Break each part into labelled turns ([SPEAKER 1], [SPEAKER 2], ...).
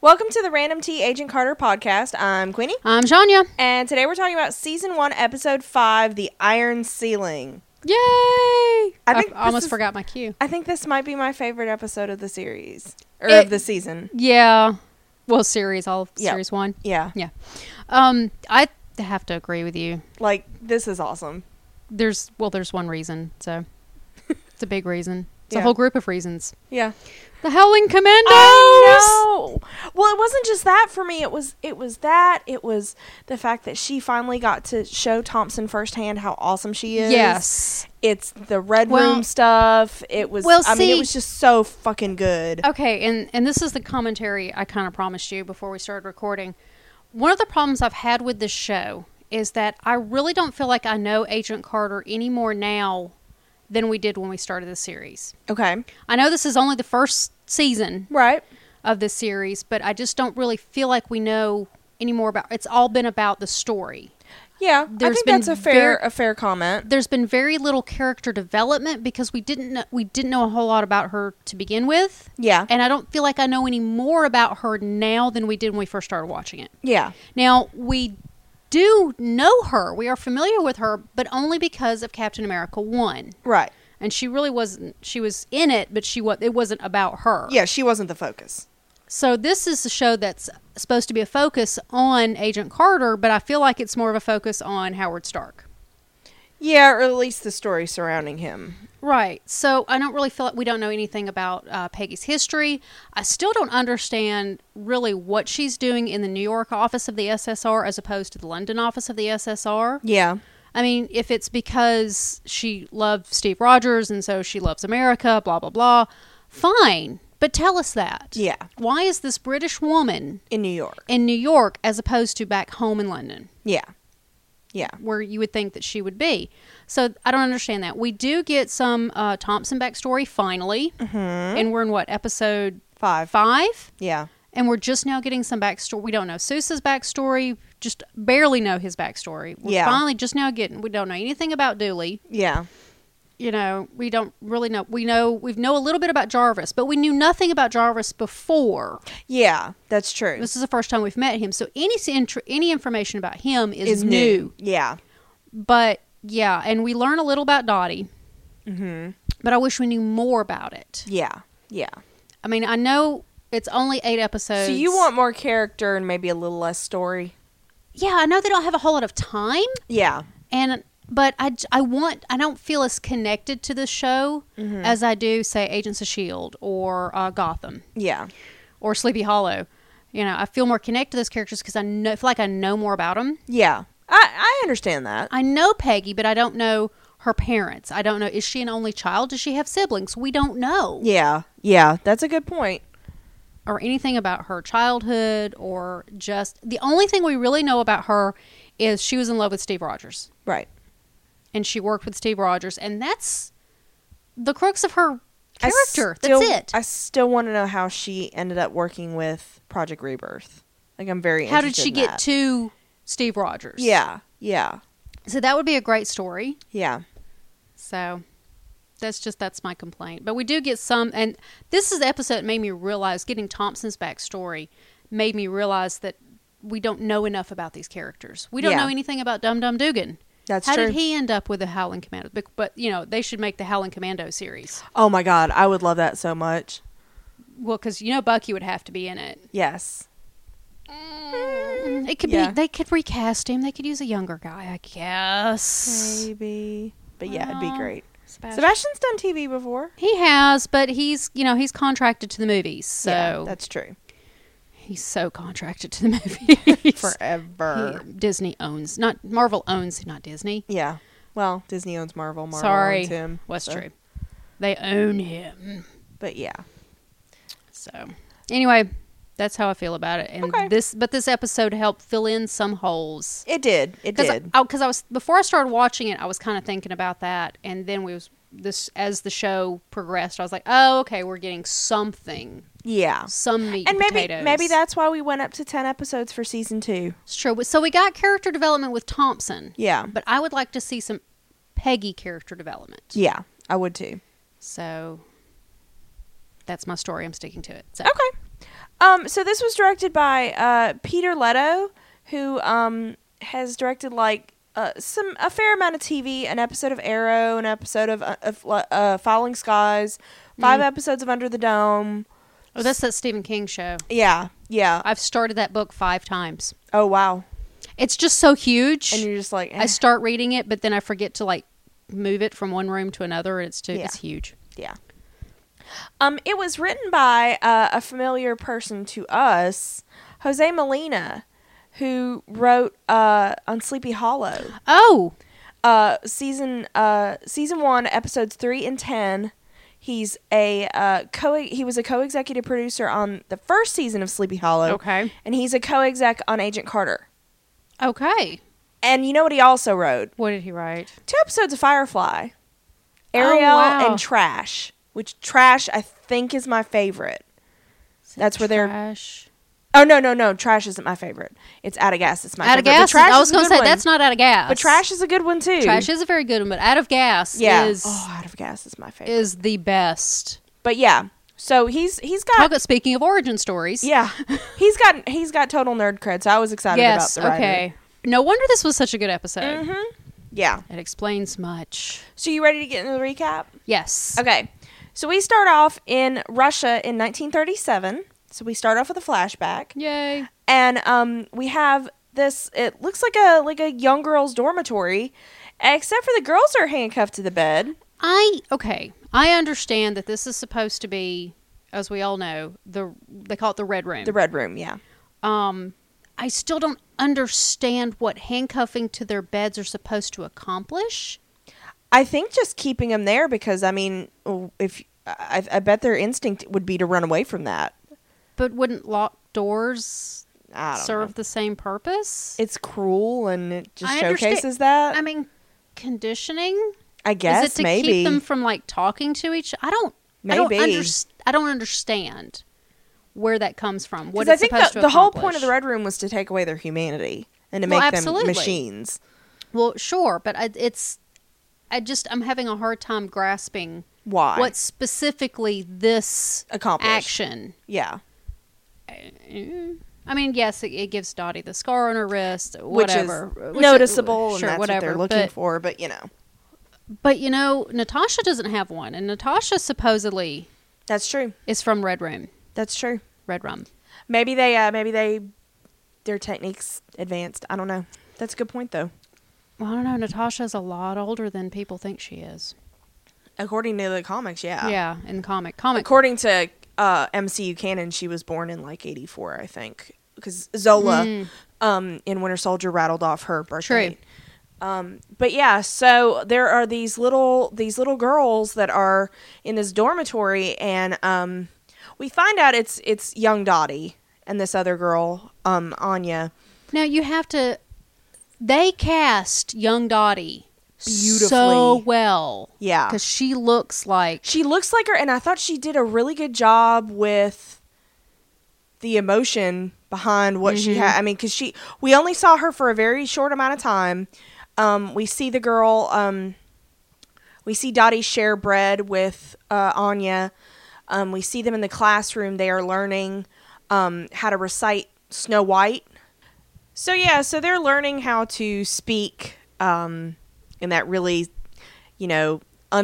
[SPEAKER 1] Welcome to the Random Tea Agent Carter podcast. I'm Queenie,
[SPEAKER 2] I'm Shania.
[SPEAKER 1] and today we're talking about season one, episode five, "The Iron Ceiling."
[SPEAKER 2] Yay! I,
[SPEAKER 1] think
[SPEAKER 2] f-
[SPEAKER 1] this
[SPEAKER 2] almost
[SPEAKER 1] is-
[SPEAKER 2] forgot my cue.
[SPEAKER 1] I think this might be my favorite episode of the series or
[SPEAKER 2] It-
[SPEAKER 1] of the season.
[SPEAKER 2] Yeah. Well, series all
[SPEAKER 1] Yeah.
[SPEAKER 2] series one.
[SPEAKER 1] Yeah,
[SPEAKER 2] Yeah. Um, I have to agree with you.
[SPEAKER 1] like this is awesome.
[SPEAKER 2] There's well, there's one reason. So it's a big reason. It's
[SPEAKER 1] Yeah.
[SPEAKER 2] a whole group of reasons.
[SPEAKER 1] Yeah.
[SPEAKER 2] The Howling Commandos.
[SPEAKER 1] I know. Well, it wasn't just that for me. It was it was that it was the fact that she finally got to show Thompson firsthand how awesome she is.
[SPEAKER 2] Yes.
[SPEAKER 1] It's the red
[SPEAKER 2] Well-
[SPEAKER 1] room stuff. It was.
[SPEAKER 2] Well,
[SPEAKER 1] I mean, it
[SPEAKER 2] see- Uh,
[SPEAKER 1] was just so fucking good.
[SPEAKER 2] Okay, and and this is the commentary I kind of promised you before we started recording. One of the problems I've had with this show is that I really don't feel like I know Agent Carter any more now than we did when we started the series.
[SPEAKER 1] Okay.
[SPEAKER 2] I know this is only the first season
[SPEAKER 1] Right.
[SPEAKER 2] of this series, but I just don't really feel like we know any more about. It's all been about the story.
[SPEAKER 1] Yeah. I
[SPEAKER 2] There's
[SPEAKER 1] think
[SPEAKER 2] been
[SPEAKER 1] that's a fair
[SPEAKER 2] ver-
[SPEAKER 1] a fair comment.
[SPEAKER 2] There's been very little character development because we didn't know, we didn't know a whole lot about her to begin with.
[SPEAKER 1] Yeah.
[SPEAKER 2] And I don't feel like I know any more about her now than we did when we first started watching it.
[SPEAKER 1] yeah.
[SPEAKER 2] Now, we do know her. We are familiar with her, but only because of Captain America 1.
[SPEAKER 1] Right.
[SPEAKER 2] And she really wasn't she was in it, but she was it wasn't about her.
[SPEAKER 1] Yeah. She wasn't the focus.
[SPEAKER 2] So this is a show that's supposed to be a focus on Agent Carter, but I feel like it's more of a focus on Howard Stark.
[SPEAKER 1] Yeah, or at least the story surrounding him.
[SPEAKER 2] Right. So I don't really feel like we don't know anything about uh, Peggy's history. I still don't understand really what she's doing in the New York office of the SSR as opposed to the London office of the SSR.
[SPEAKER 1] Yeah.
[SPEAKER 2] I mean, if it's because she loved Steve Rogers and so she loves America, blah, blah, blah, fine. But tell us that.
[SPEAKER 1] Yeah.
[SPEAKER 2] Why is this British woman
[SPEAKER 1] In New York.
[SPEAKER 2] in New York as opposed to back home in London?
[SPEAKER 1] Yeah. Yeah.
[SPEAKER 2] where you would think that she would be. So I don't understand that. We do get some uh, Thompson backstory finally, and we're in what episode
[SPEAKER 1] Five.
[SPEAKER 2] five,
[SPEAKER 1] Yeah.
[SPEAKER 2] and we're just now getting some backstory. We don't know Sousa's backstory, just barely know his backstory. We're
[SPEAKER 1] Yeah.
[SPEAKER 2] finally just now getting. We don't know anything about Dooley.
[SPEAKER 1] Yeah.
[SPEAKER 2] You know, we don't really know. We know we know a little bit about Jarvis, but we knew nothing about Jarvis before.
[SPEAKER 1] Yeah. That's true.
[SPEAKER 2] This is the first time we've met him, so any s- intr- any information about him is,
[SPEAKER 1] is
[SPEAKER 2] new.
[SPEAKER 1] new. Yeah.
[SPEAKER 2] But yeah, and we learn a little about Dottie. But I wish we knew more about it.
[SPEAKER 1] Mm-hmm. Yeah. Yeah.
[SPEAKER 2] I mean, I know it's only eight episodes.
[SPEAKER 1] So you want more character and maybe a little less story?
[SPEAKER 2] Yeah, I know they don't have a whole lot of time,
[SPEAKER 1] Yeah.
[SPEAKER 2] and but I, j- I want I don't feel as connected to the show
[SPEAKER 1] Mm-hmm.
[SPEAKER 2] as I do say Agents of Shield or uh, Gotham
[SPEAKER 1] Yeah.
[SPEAKER 2] or Sleepy Hollow. You know, I feel more connected to those characters because I know feel like I know more about them.
[SPEAKER 1] Yeah. I, I understand that.
[SPEAKER 2] I know Peggy, but I don't know her parents. I don't know is she an only child? Does she have siblings? We don't know.
[SPEAKER 1] Yeah. Yeah. That's a good point.
[SPEAKER 2] or anything about her childhood or just the only thing we really know about her is she was in love with Steve Rogers
[SPEAKER 1] Right.
[SPEAKER 2] and she worked with Steve Rogers and that's the crux of her
[SPEAKER 1] I
[SPEAKER 2] character.
[SPEAKER 1] still-
[SPEAKER 2] that's it.
[SPEAKER 1] I still want to know how she ended up working with Project Rebirth. Like I'm very
[SPEAKER 2] How did
[SPEAKER 1] interested
[SPEAKER 2] she
[SPEAKER 1] in
[SPEAKER 2] get
[SPEAKER 1] that.
[SPEAKER 2] to Steve Rogers?
[SPEAKER 1] Yeah. Yeah.
[SPEAKER 2] So that would be a great story.
[SPEAKER 1] Yeah.
[SPEAKER 2] So that's just that's my complaint. But we do get some and this is the episode that made me realize getting Thompson's backstory made me realize that we don't know enough about these characters. We don't
[SPEAKER 1] Yeah.
[SPEAKER 2] know anything about Dum Dum Dugan.
[SPEAKER 1] That's
[SPEAKER 2] How
[SPEAKER 1] true.
[SPEAKER 2] did he end up with the Howling Commando? Bec- But you know, they should make the Howling Commando series.
[SPEAKER 1] Oh my god, I would love that so much.
[SPEAKER 2] Well, because you know Bucky would have to be in it.
[SPEAKER 1] Yes.
[SPEAKER 2] It could
[SPEAKER 1] Mm. Yeah.
[SPEAKER 2] be they could recast him. They could use a younger guy, I guess.
[SPEAKER 1] Maybe. But yeah, it'd be
[SPEAKER 2] Well,
[SPEAKER 1] great.
[SPEAKER 2] Sebastian.
[SPEAKER 1] Sebastian's done TV before.
[SPEAKER 2] He has, but he's you know he's contracted to the movies, so
[SPEAKER 1] yeah, that's true.
[SPEAKER 2] he's so contracted to the movies.
[SPEAKER 1] Forever.
[SPEAKER 2] He- Disney owns not Marvel owns not Disney.
[SPEAKER 1] Yeah. Well, Disney owns Marvel. Marvel
[SPEAKER 2] Sorry,
[SPEAKER 1] owns him.
[SPEAKER 2] That's
[SPEAKER 1] so-
[SPEAKER 2] true. They own him.
[SPEAKER 1] But yeah.
[SPEAKER 2] So anyway, that's how I feel about it. And
[SPEAKER 1] Okay.
[SPEAKER 2] this, but this episode helped fill in some holes
[SPEAKER 1] It did. It
[SPEAKER 2] because
[SPEAKER 1] did.
[SPEAKER 2] I, because I was before I started watching it, I was kind of thinking about that, and then we was this as the show progressed, I was like, oh, okay, we're getting something,
[SPEAKER 1] yeah.
[SPEAKER 2] some meat
[SPEAKER 1] And maybe
[SPEAKER 2] potatoes.
[SPEAKER 1] maybe that's why we went up to 10 episodes for season 2.
[SPEAKER 2] It's true. So we got character development with Thompson.
[SPEAKER 1] Yeah.
[SPEAKER 2] But I would like to see some Peggy character development.
[SPEAKER 1] Yeah, I would too.
[SPEAKER 2] So that's my story. I'm sticking to it. So.
[SPEAKER 1] Okay. Um, so this was directed by uh, Peter Leto, who um, has directed like uh, some a fair amount of TV, an episode of Arrow, an episode of, uh, of uh, Falling Skies, five episodes of Under the Dome.
[SPEAKER 2] Oh, that's that Stephen King show.
[SPEAKER 1] Yeah, yeah.
[SPEAKER 2] I've started that book five times.
[SPEAKER 1] oh wow.
[SPEAKER 2] It's just so huge.
[SPEAKER 1] And you're just like, eh,
[SPEAKER 2] I start reading it, but then I forget to like move it from one room to another. and It's too.
[SPEAKER 1] Yeah.
[SPEAKER 2] It's huge.
[SPEAKER 1] yeah. Um, it was written by uh, a familiar person to us, Jose Molina, who wrote uh, on Sleepy Hollow.
[SPEAKER 2] Oh,
[SPEAKER 1] uh season uh season one episodes three and ten he's a uh co he was a co-executive producer on the first season of sleepy hollow
[SPEAKER 2] Okay.
[SPEAKER 1] and he's a co-exec on agent carter
[SPEAKER 2] okay.
[SPEAKER 1] and you know what he also wrote
[SPEAKER 2] What did he write?
[SPEAKER 1] two episodes of firefly ariel
[SPEAKER 2] Oh, wow.
[SPEAKER 1] and trash which trash i think is my favorite that's where they're
[SPEAKER 2] Trash.
[SPEAKER 1] oh no no no trash isn't my favorite it's out of gas it's my
[SPEAKER 2] Out
[SPEAKER 1] favorite
[SPEAKER 2] of
[SPEAKER 1] But
[SPEAKER 2] gas. is-
[SPEAKER 1] trash
[SPEAKER 2] I
[SPEAKER 1] is
[SPEAKER 2] was
[SPEAKER 1] a
[SPEAKER 2] going to
[SPEAKER 1] good
[SPEAKER 2] say
[SPEAKER 1] one.
[SPEAKER 2] that's not out of gas.
[SPEAKER 1] but trash is a good one too
[SPEAKER 2] Trash is a very good one, but out of gas
[SPEAKER 1] yeah
[SPEAKER 2] is
[SPEAKER 1] oh out of gas is my favorite
[SPEAKER 2] is the best.
[SPEAKER 1] But yeah, so he's he's got
[SPEAKER 2] Talk, speaking of origin stories.
[SPEAKER 1] yeah, he's got he's got total nerd cred. So I was excited
[SPEAKER 2] Yes.
[SPEAKER 1] about the writer. Mm-hmm.
[SPEAKER 2] Okay. No wonder this was such a good episode.
[SPEAKER 1] Yeah.
[SPEAKER 2] It explains much.
[SPEAKER 1] So you ready to get into the recap?
[SPEAKER 2] Yes.
[SPEAKER 1] Okay. So we start off in Russia in 1937. So we start off with a flashback,
[SPEAKER 2] Yay.
[SPEAKER 1] and um, we have this. It looks like a like a young girls' dormitory, except for the girls are handcuffed to the bed.
[SPEAKER 2] I okay. I understand that this is supposed to be, as we all know, the they call it the red room.
[SPEAKER 1] The red room, yeah.
[SPEAKER 2] um, I still don't understand what handcuffing to their beds are supposed to accomplish.
[SPEAKER 1] I think just keeping them there because I mean, if I, I bet their instinct would be to run away from that.
[SPEAKER 2] But wouldn't locked doors
[SPEAKER 1] I don't
[SPEAKER 2] serve
[SPEAKER 1] know.
[SPEAKER 2] the same purpose?
[SPEAKER 1] it's cruel and it just
[SPEAKER 2] I understand-
[SPEAKER 1] showcases that.
[SPEAKER 2] I mean, conditioning.
[SPEAKER 1] I guess
[SPEAKER 2] is it to
[SPEAKER 1] maybe.
[SPEAKER 2] keep them from like talking to each? I don't. I don't,
[SPEAKER 1] Maybe.
[SPEAKER 2] underst- I don't understand where that comes from. What
[SPEAKER 1] 'Cause I
[SPEAKER 2] it's
[SPEAKER 1] think
[SPEAKER 2] supposed
[SPEAKER 1] the,
[SPEAKER 2] to
[SPEAKER 1] the whole point of
[SPEAKER 2] accomplish.
[SPEAKER 1] the Red Room was to take away their humanity and to
[SPEAKER 2] Well,
[SPEAKER 1] make
[SPEAKER 2] absolutely.
[SPEAKER 1] them machines.
[SPEAKER 2] Well, sure, but I, it's I just I'm having a hard time grasping
[SPEAKER 1] Why?
[SPEAKER 2] what specifically this
[SPEAKER 1] Accomplished.
[SPEAKER 2] action. uh,
[SPEAKER 1] Yeah.
[SPEAKER 2] I mean, yes, it, it gives Dottie the scar on her wrist, whatever, uh,
[SPEAKER 1] Which is
[SPEAKER 2] it-
[SPEAKER 1] noticeable and
[SPEAKER 2] sure,
[SPEAKER 1] that's
[SPEAKER 2] whatever.
[SPEAKER 1] what they're looking
[SPEAKER 2] but,
[SPEAKER 1] for, but you know.
[SPEAKER 2] but you know, Natasha doesn't have one, and Natasha supposedly
[SPEAKER 1] That's true.
[SPEAKER 2] is from Red Room,
[SPEAKER 1] That's true.
[SPEAKER 2] Red Room.
[SPEAKER 1] Maybe they uh maybe they their techniques advanced. I don't know. That's a good point though.
[SPEAKER 2] Well, I don't know. Natasha's a lot older than people think she is.
[SPEAKER 1] According to the comics, yeah.
[SPEAKER 2] yeah, in comic, comic.
[SPEAKER 1] According to uh, MCU canon, she was born in like '84, I think, because Zola um, in Winter Soldier rattled off her birth
[SPEAKER 2] True.
[SPEAKER 1] date. Um, but yeah, so there are these little these little girls that are in this dormitory, and um, we find out it's it's young Dottie and this other girl, um, Anya.
[SPEAKER 2] Now you have to. They cast young Dottie so
[SPEAKER 1] Beautifully. Ah.
[SPEAKER 2] well.
[SPEAKER 1] Yeah.
[SPEAKER 2] because she looks like
[SPEAKER 1] She looks like her, and I thought she did a really good job with the emotion behind what she had. I mean, because she, we only saw her for a very short amount of time. Um, we see the girl, um, we see Dottie share bread with uh, Anya. Um, we see them in the classroom. They are learning um, how to recite Snow White. So, yeah, so they're learning how to speak um, in that really, you know,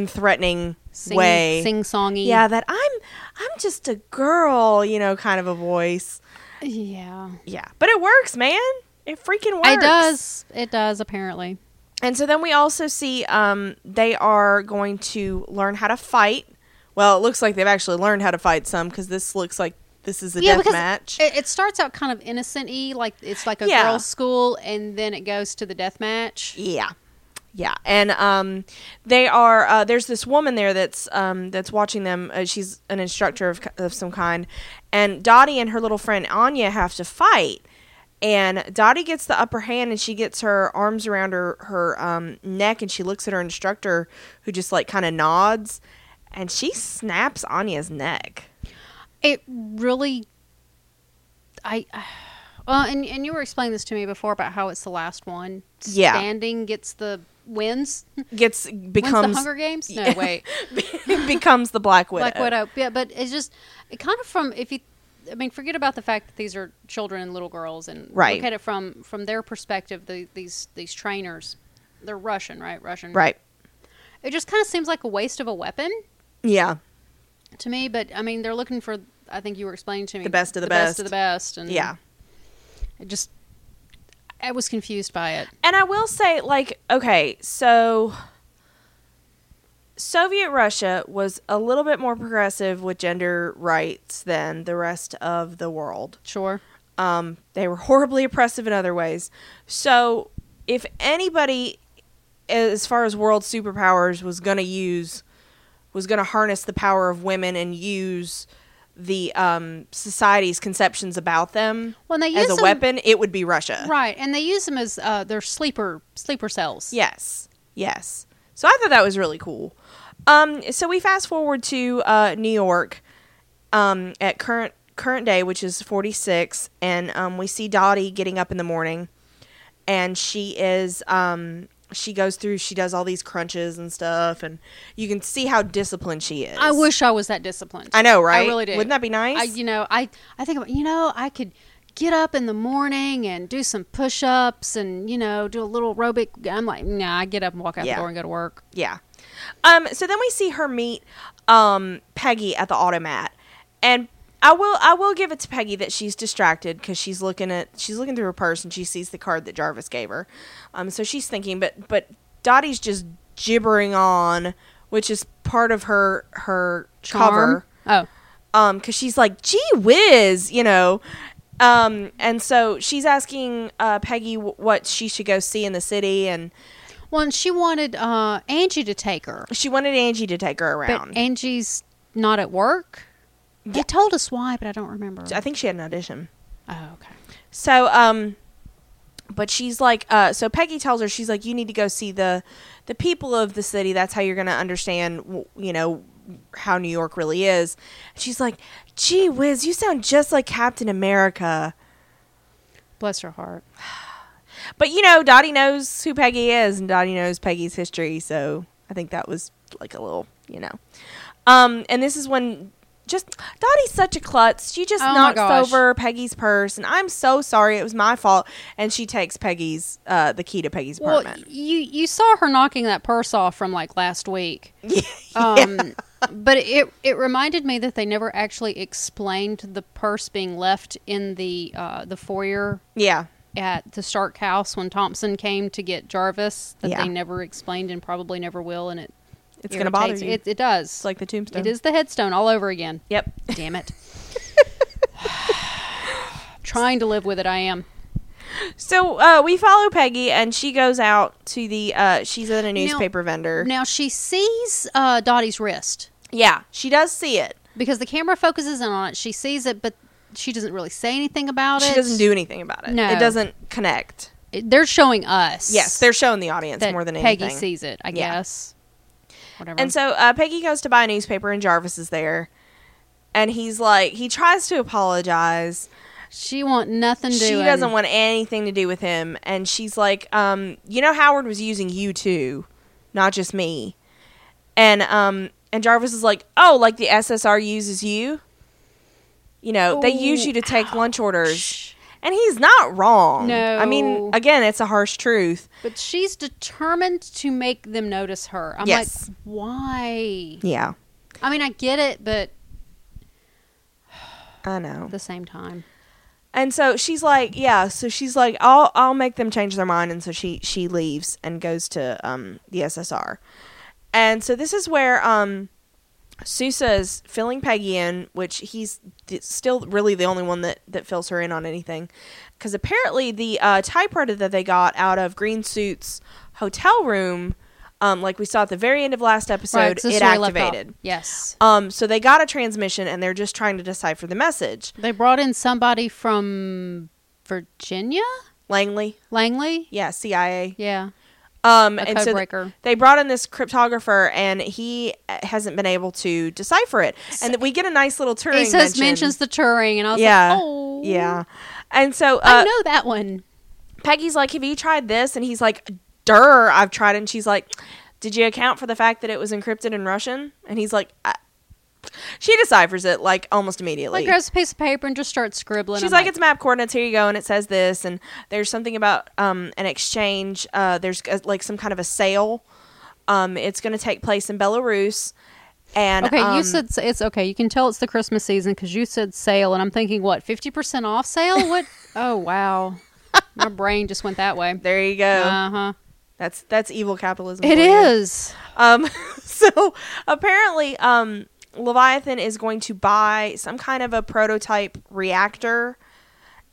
[SPEAKER 1] unthreatening
[SPEAKER 2] sing,
[SPEAKER 1] way.
[SPEAKER 2] sing songy.
[SPEAKER 1] Yeah, that I'm I'm just a girl, you know, kind of a voice.
[SPEAKER 2] yeah.
[SPEAKER 1] Yeah. But it works, man. It freaking works.
[SPEAKER 2] It does. It does apparently.
[SPEAKER 1] And so then we also see um they are going to learn how to fight. Well, it looks like they've actually learned how to fight some cuz this looks like this is a death match.
[SPEAKER 2] It, it starts out kind of innocent y, like it's like a
[SPEAKER 1] Yeah.
[SPEAKER 2] girls' school, and then it goes to the death match.
[SPEAKER 1] Yeah. Yeah. And um they are uh there's this woman there that's um that's watching them. Uh, she's an instructor of of some kind. And Dottie and her little friend Anya have to fight. And Dottie gets the upper hand and she gets her arms around her her um neck and she looks at her instructor who just like kind of nods and she snaps Anya's neck.
[SPEAKER 2] It really, I. Well, and and you were explaining this to me before about how it's the last one
[SPEAKER 1] Yeah.
[SPEAKER 2] standing gets the wins.
[SPEAKER 1] Gets
[SPEAKER 2] wins
[SPEAKER 1] becomes
[SPEAKER 2] the Hunger Games. No,
[SPEAKER 1] Yeah.
[SPEAKER 2] wait.
[SPEAKER 1] becomes the Black Widow.
[SPEAKER 2] Black Widow. Yeah, but it's just it kind of from if you I mean, forget about the fact that these are children and little girls, and
[SPEAKER 1] Right.
[SPEAKER 2] look at it from from their perspective. The, these these trainers, they're Russian, right? Russian,
[SPEAKER 1] Right.
[SPEAKER 2] It just kind of seems like a waste of a weapon
[SPEAKER 1] Yeah.
[SPEAKER 2] to me. But I mean, they're looking for. I think you were explaining to me
[SPEAKER 1] The best of the
[SPEAKER 2] of the
[SPEAKER 1] best.
[SPEAKER 2] best, and
[SPEAKER 1] Yeah.
[SPEAKER 2] it just. I was confused by it.
[SPEAKER 1] And I will say, like, okay, so Soviet Russia was a little bit more progressive with gender rights than the rest of the world.
[SPEAKER 2] Sure.
[SPEAKER 1] Um, they were horribly oppressive in other ways. So, if anybody, as far as world superpowers, was going to use, was going to harness the power of women and use the um, society's conceptions about them
[SPEAKER 2] When they
[SPEAKER 1] as
[SPEAKER 2] use
[SPEAKER 1] a
[SPEAKER 2] them-
[SPEAKER 1] weapon, it would be Russia.
[SPEAKER 2] Right, and they use them as uh, their sleeper sleeper cells.
[SPEAKER 1] Yes. Yes. So I thought that was really cool. Um, so we fast forward to uh, New York um, at current current day, which is 46, and um, we see Dottie getting up in the morning, and she is um, she goes through she does all these crunches and stuff, and you can see how disciplined she is.
[SPEAKER 2] I wish I was that disciplined.
[SPEAKER 1] I know, right?
[SPEAKER 2] I really do.
[SPEAKER 1] Wouldn't that be nice?
[SPEAKER 2] I, you know, I I think about, you know, I could get up in the morning and do some push-ups and you know do a little aerobic. I'm like, nah, I get up and walk out
[SPEAKER 1] Yeah.
[SPEAKER 2] the door and go to work.
[SPEAKER 1] Yeah. Um, so then we see her meet um, Peggy at the automat, and I will I will give it to Peggy that she's distracted because she's looking at she's looking through her purse and she sees the card that Jarvis gave her, um, so she's thinking, but but Dottie's just gibbering on, which is part of her her cover
[SPEAKER 2] Charm. Oh,
[SPEAKER 1] um because she's like gee whiz you know um and so she's asking uh peggy w- what she should go see in the city and
[SPEAKER 2] well, and she wanted uh, Angie to take her,
[SPEAKER 1] she wanted angie to take her
[SPEAKER 2] but
[SPEAKER 1] around
[SPEAKER 2] Angie's not at work. They told us why, but I don't remember.
[SPEAKER 1] I think she had an audition.
[SPEAKER 2] oh, okay.
[SPEAKER 1] So, um, but she's like, uh, so Peggy tells her she's like, you need to go see the the people of the city. That's how you're gonna understand, w- you know, how New York really is. She's like, gee whiz, you sound just like Captain America.
[SPEAKER 2] Bless her heart.
[SPEAKER 1] But you know, Dottie knows who Peggy is, and Dottie knows Peggy's history. So I think that was like a little, you know. Um, and this is when just Dottie's such a klutz. She just
[SPEAKER 2] Oh my
[SPEAKER 1] knocks
[SPEAKER 2] gosh.
[SPEAKER 1] over Peggy's purse, and I'm so sorry. It was my fault. And she takes Peggy's uh, the key to Peggy's
[SPEAKER 2] Well,
[SPEAKER 1] apartment.
[SPEAKER 2] you you saw her knocking that purse off from like last week. Um, but it it reminded me that they never actually explained the purse being left in the uh, the foyer
[SPEAKER 1] yeah,
[SPEAKER 2] at the Stark house when Thompson came to get Jarvis. That
[SPEAKER 1] Yeah.
[SPEAKER 2] they never explained and probably never will. And it
[SPEAKER 1] it's gonna bother
[SPEAKER 2] irritates-
[SPEAKER 1] you.
[SPEAKER 2] It, it does.
[SPEAKER 1] it's like the tombstone.
[SPEAKER 2] it is the headstone all over again.
[SPEAKER 1] Yep.
[SPEAKER 2] Damn it. Trying to live with it, I am.
[SPEAKER 1] So uh, we follow Peggy, and she goes out to the. Uh, she's at a newspaper vendor.
[SPEAKER 2] Now she sees uh, Dottie's wrist.
[SPEAKER 1] yeah, she does see it.
[SPEAKER 2] because the camera focuses in on it. She sees it, but she doesn't really say anything about it.
[SPEAKER 1] She doesn't do anything about it.
[SPEAKER 2] No.
[SPEAKER 1] It doesn't connect.
[SPEAKER 2] It- They're showing us.
[SPEAKER 1] Yes, they're showing the audience
[SPEAKER 2] that
[SPEAKER 1] more than
[SPEAKER 2] Peggy
[SPEAKER 1] anything.
[SPEAKER 2] sees it. I
[SPEAKER 1] Yeah.
[SPEAKER 2] guess. Whatever.
[SPEAKER 1] And so uh, Peggy goes to buy a newspaper, and Jarvis is there, and he's like, he tries to apologize.
[SPEAKER 2] she want nothing to.
[SPEAKER 1] She doesn't want anything to do with him, and she's like, um, you know, Howard was using you too, not just me. And um, and Jarvis is like, oh, like the SSR uses you. You know, they use
[SPEAKER 2] Ooh,
[SPEAKER 1] you to take lunch orders. And he's not wrong. I mean,
[SPEAKER 2] No.
[SPEAKER 1] again, it's a harsh truth.
[SPEAKER 2] But she's determined to make them notice her. I'm
[SPEAKER 1] Yes.
[SPEAKER 2] like, why?
[SPEAKER 1] Yeah,
[SPEAKER 2] I mean, I get it, but
[SPEAKER 1] I know.
[SPEAKER 2] at the same time,
[SPEAKER 1] And so she's like, yeah. So she's like, I'll I'll make them change their mind. And so she she leaves and goes to um the SSR. And so this is where um Sousa is filling Peggy in, which he's th- still really the only one that that fills her in on anything, because apparently the uh, typewriter that they got out of Green Suit's hotel room, um, like we saw at the very end of last episode,
[SPEAKER 2] Right, 'cause this
[SPEAKER 1] it
[SPEAKER 2] is where I left off.
[SPEAKER 1] activated.
[SPEAKER 2] Yes,
[SPEAKER 1] Um, so they got a transmission, and they're just trying to decipher the message.
[SPEAKER 2] they brought in somebody from Virginia,
[SPEAKER 1] Langley,
[SPEAKER 2] Langley.
[SPEAKER 1] yeah, CIA.
[SPEAKER 2] Yeah,
[SPEAKER 1] Um,
[SPEAKER 2] A
[SPEAKER 1] and
[SPEAKER 2] code
[SPEAKER 1] so th-
[SPEAKER 2] breaker.
[SPEAKER 1] they brought in this cryptographer, and he uh, hasn't been able to decipher it. And th- we get a nice little Turing.
[SPEAKER 2] he says
[SPEAKER 1] mention.
[SPEAKER 2] mentions the Turing, and I was
[SPEAKER 1] yeah,
[SPEAKER 2] like, oh,
[SPEAKER 1] yeah. And so
[SPEAKER 2] I
[SPEAKER 1] uh,
[SPEAKER 2] know that one.
[SPEAKER 1] Peggy's like, "Have you tried this?" And he's like, "Durr, I've tried." it." And she's like, "Did you account for the fact that it was encrypted in Russian?" And he's like, I- She deciphers it like almost immediately.
[SPEAKER 2] Like grabs a piece of paper and just starts scribbling.
[SPEAKER 1] She's
[SPEAKER 2] I'm
[SPEAKER 1] like, it's map coordinates. Here you go, and it says this, and there's something about um, an exchange. Uh, there's uh, like some kind of a sale. Um, it's going to take place in Belarus, and
[SPEAKER 2] Okay,
[SPEAKER 1] um,
[SPEAKER 2] you said s- it's okay. You can tell it's the Christmas season because you said sale, and I'm thinking, what, 50% off sale? What? oh, wow. My brain just went that way.
[SPEAKER 1] there you go.
[SPEAKER 2] Uh huh.
[SPEAKER 1] that's that's evil capitalism.
[SPEAKER 2] It
[SPEAKER 1] for you.
[SPEAKER 2] is.
[SPEAKER 1] Um, so apparently, um, Leviathan is going to buy some kind of a prototype reactor,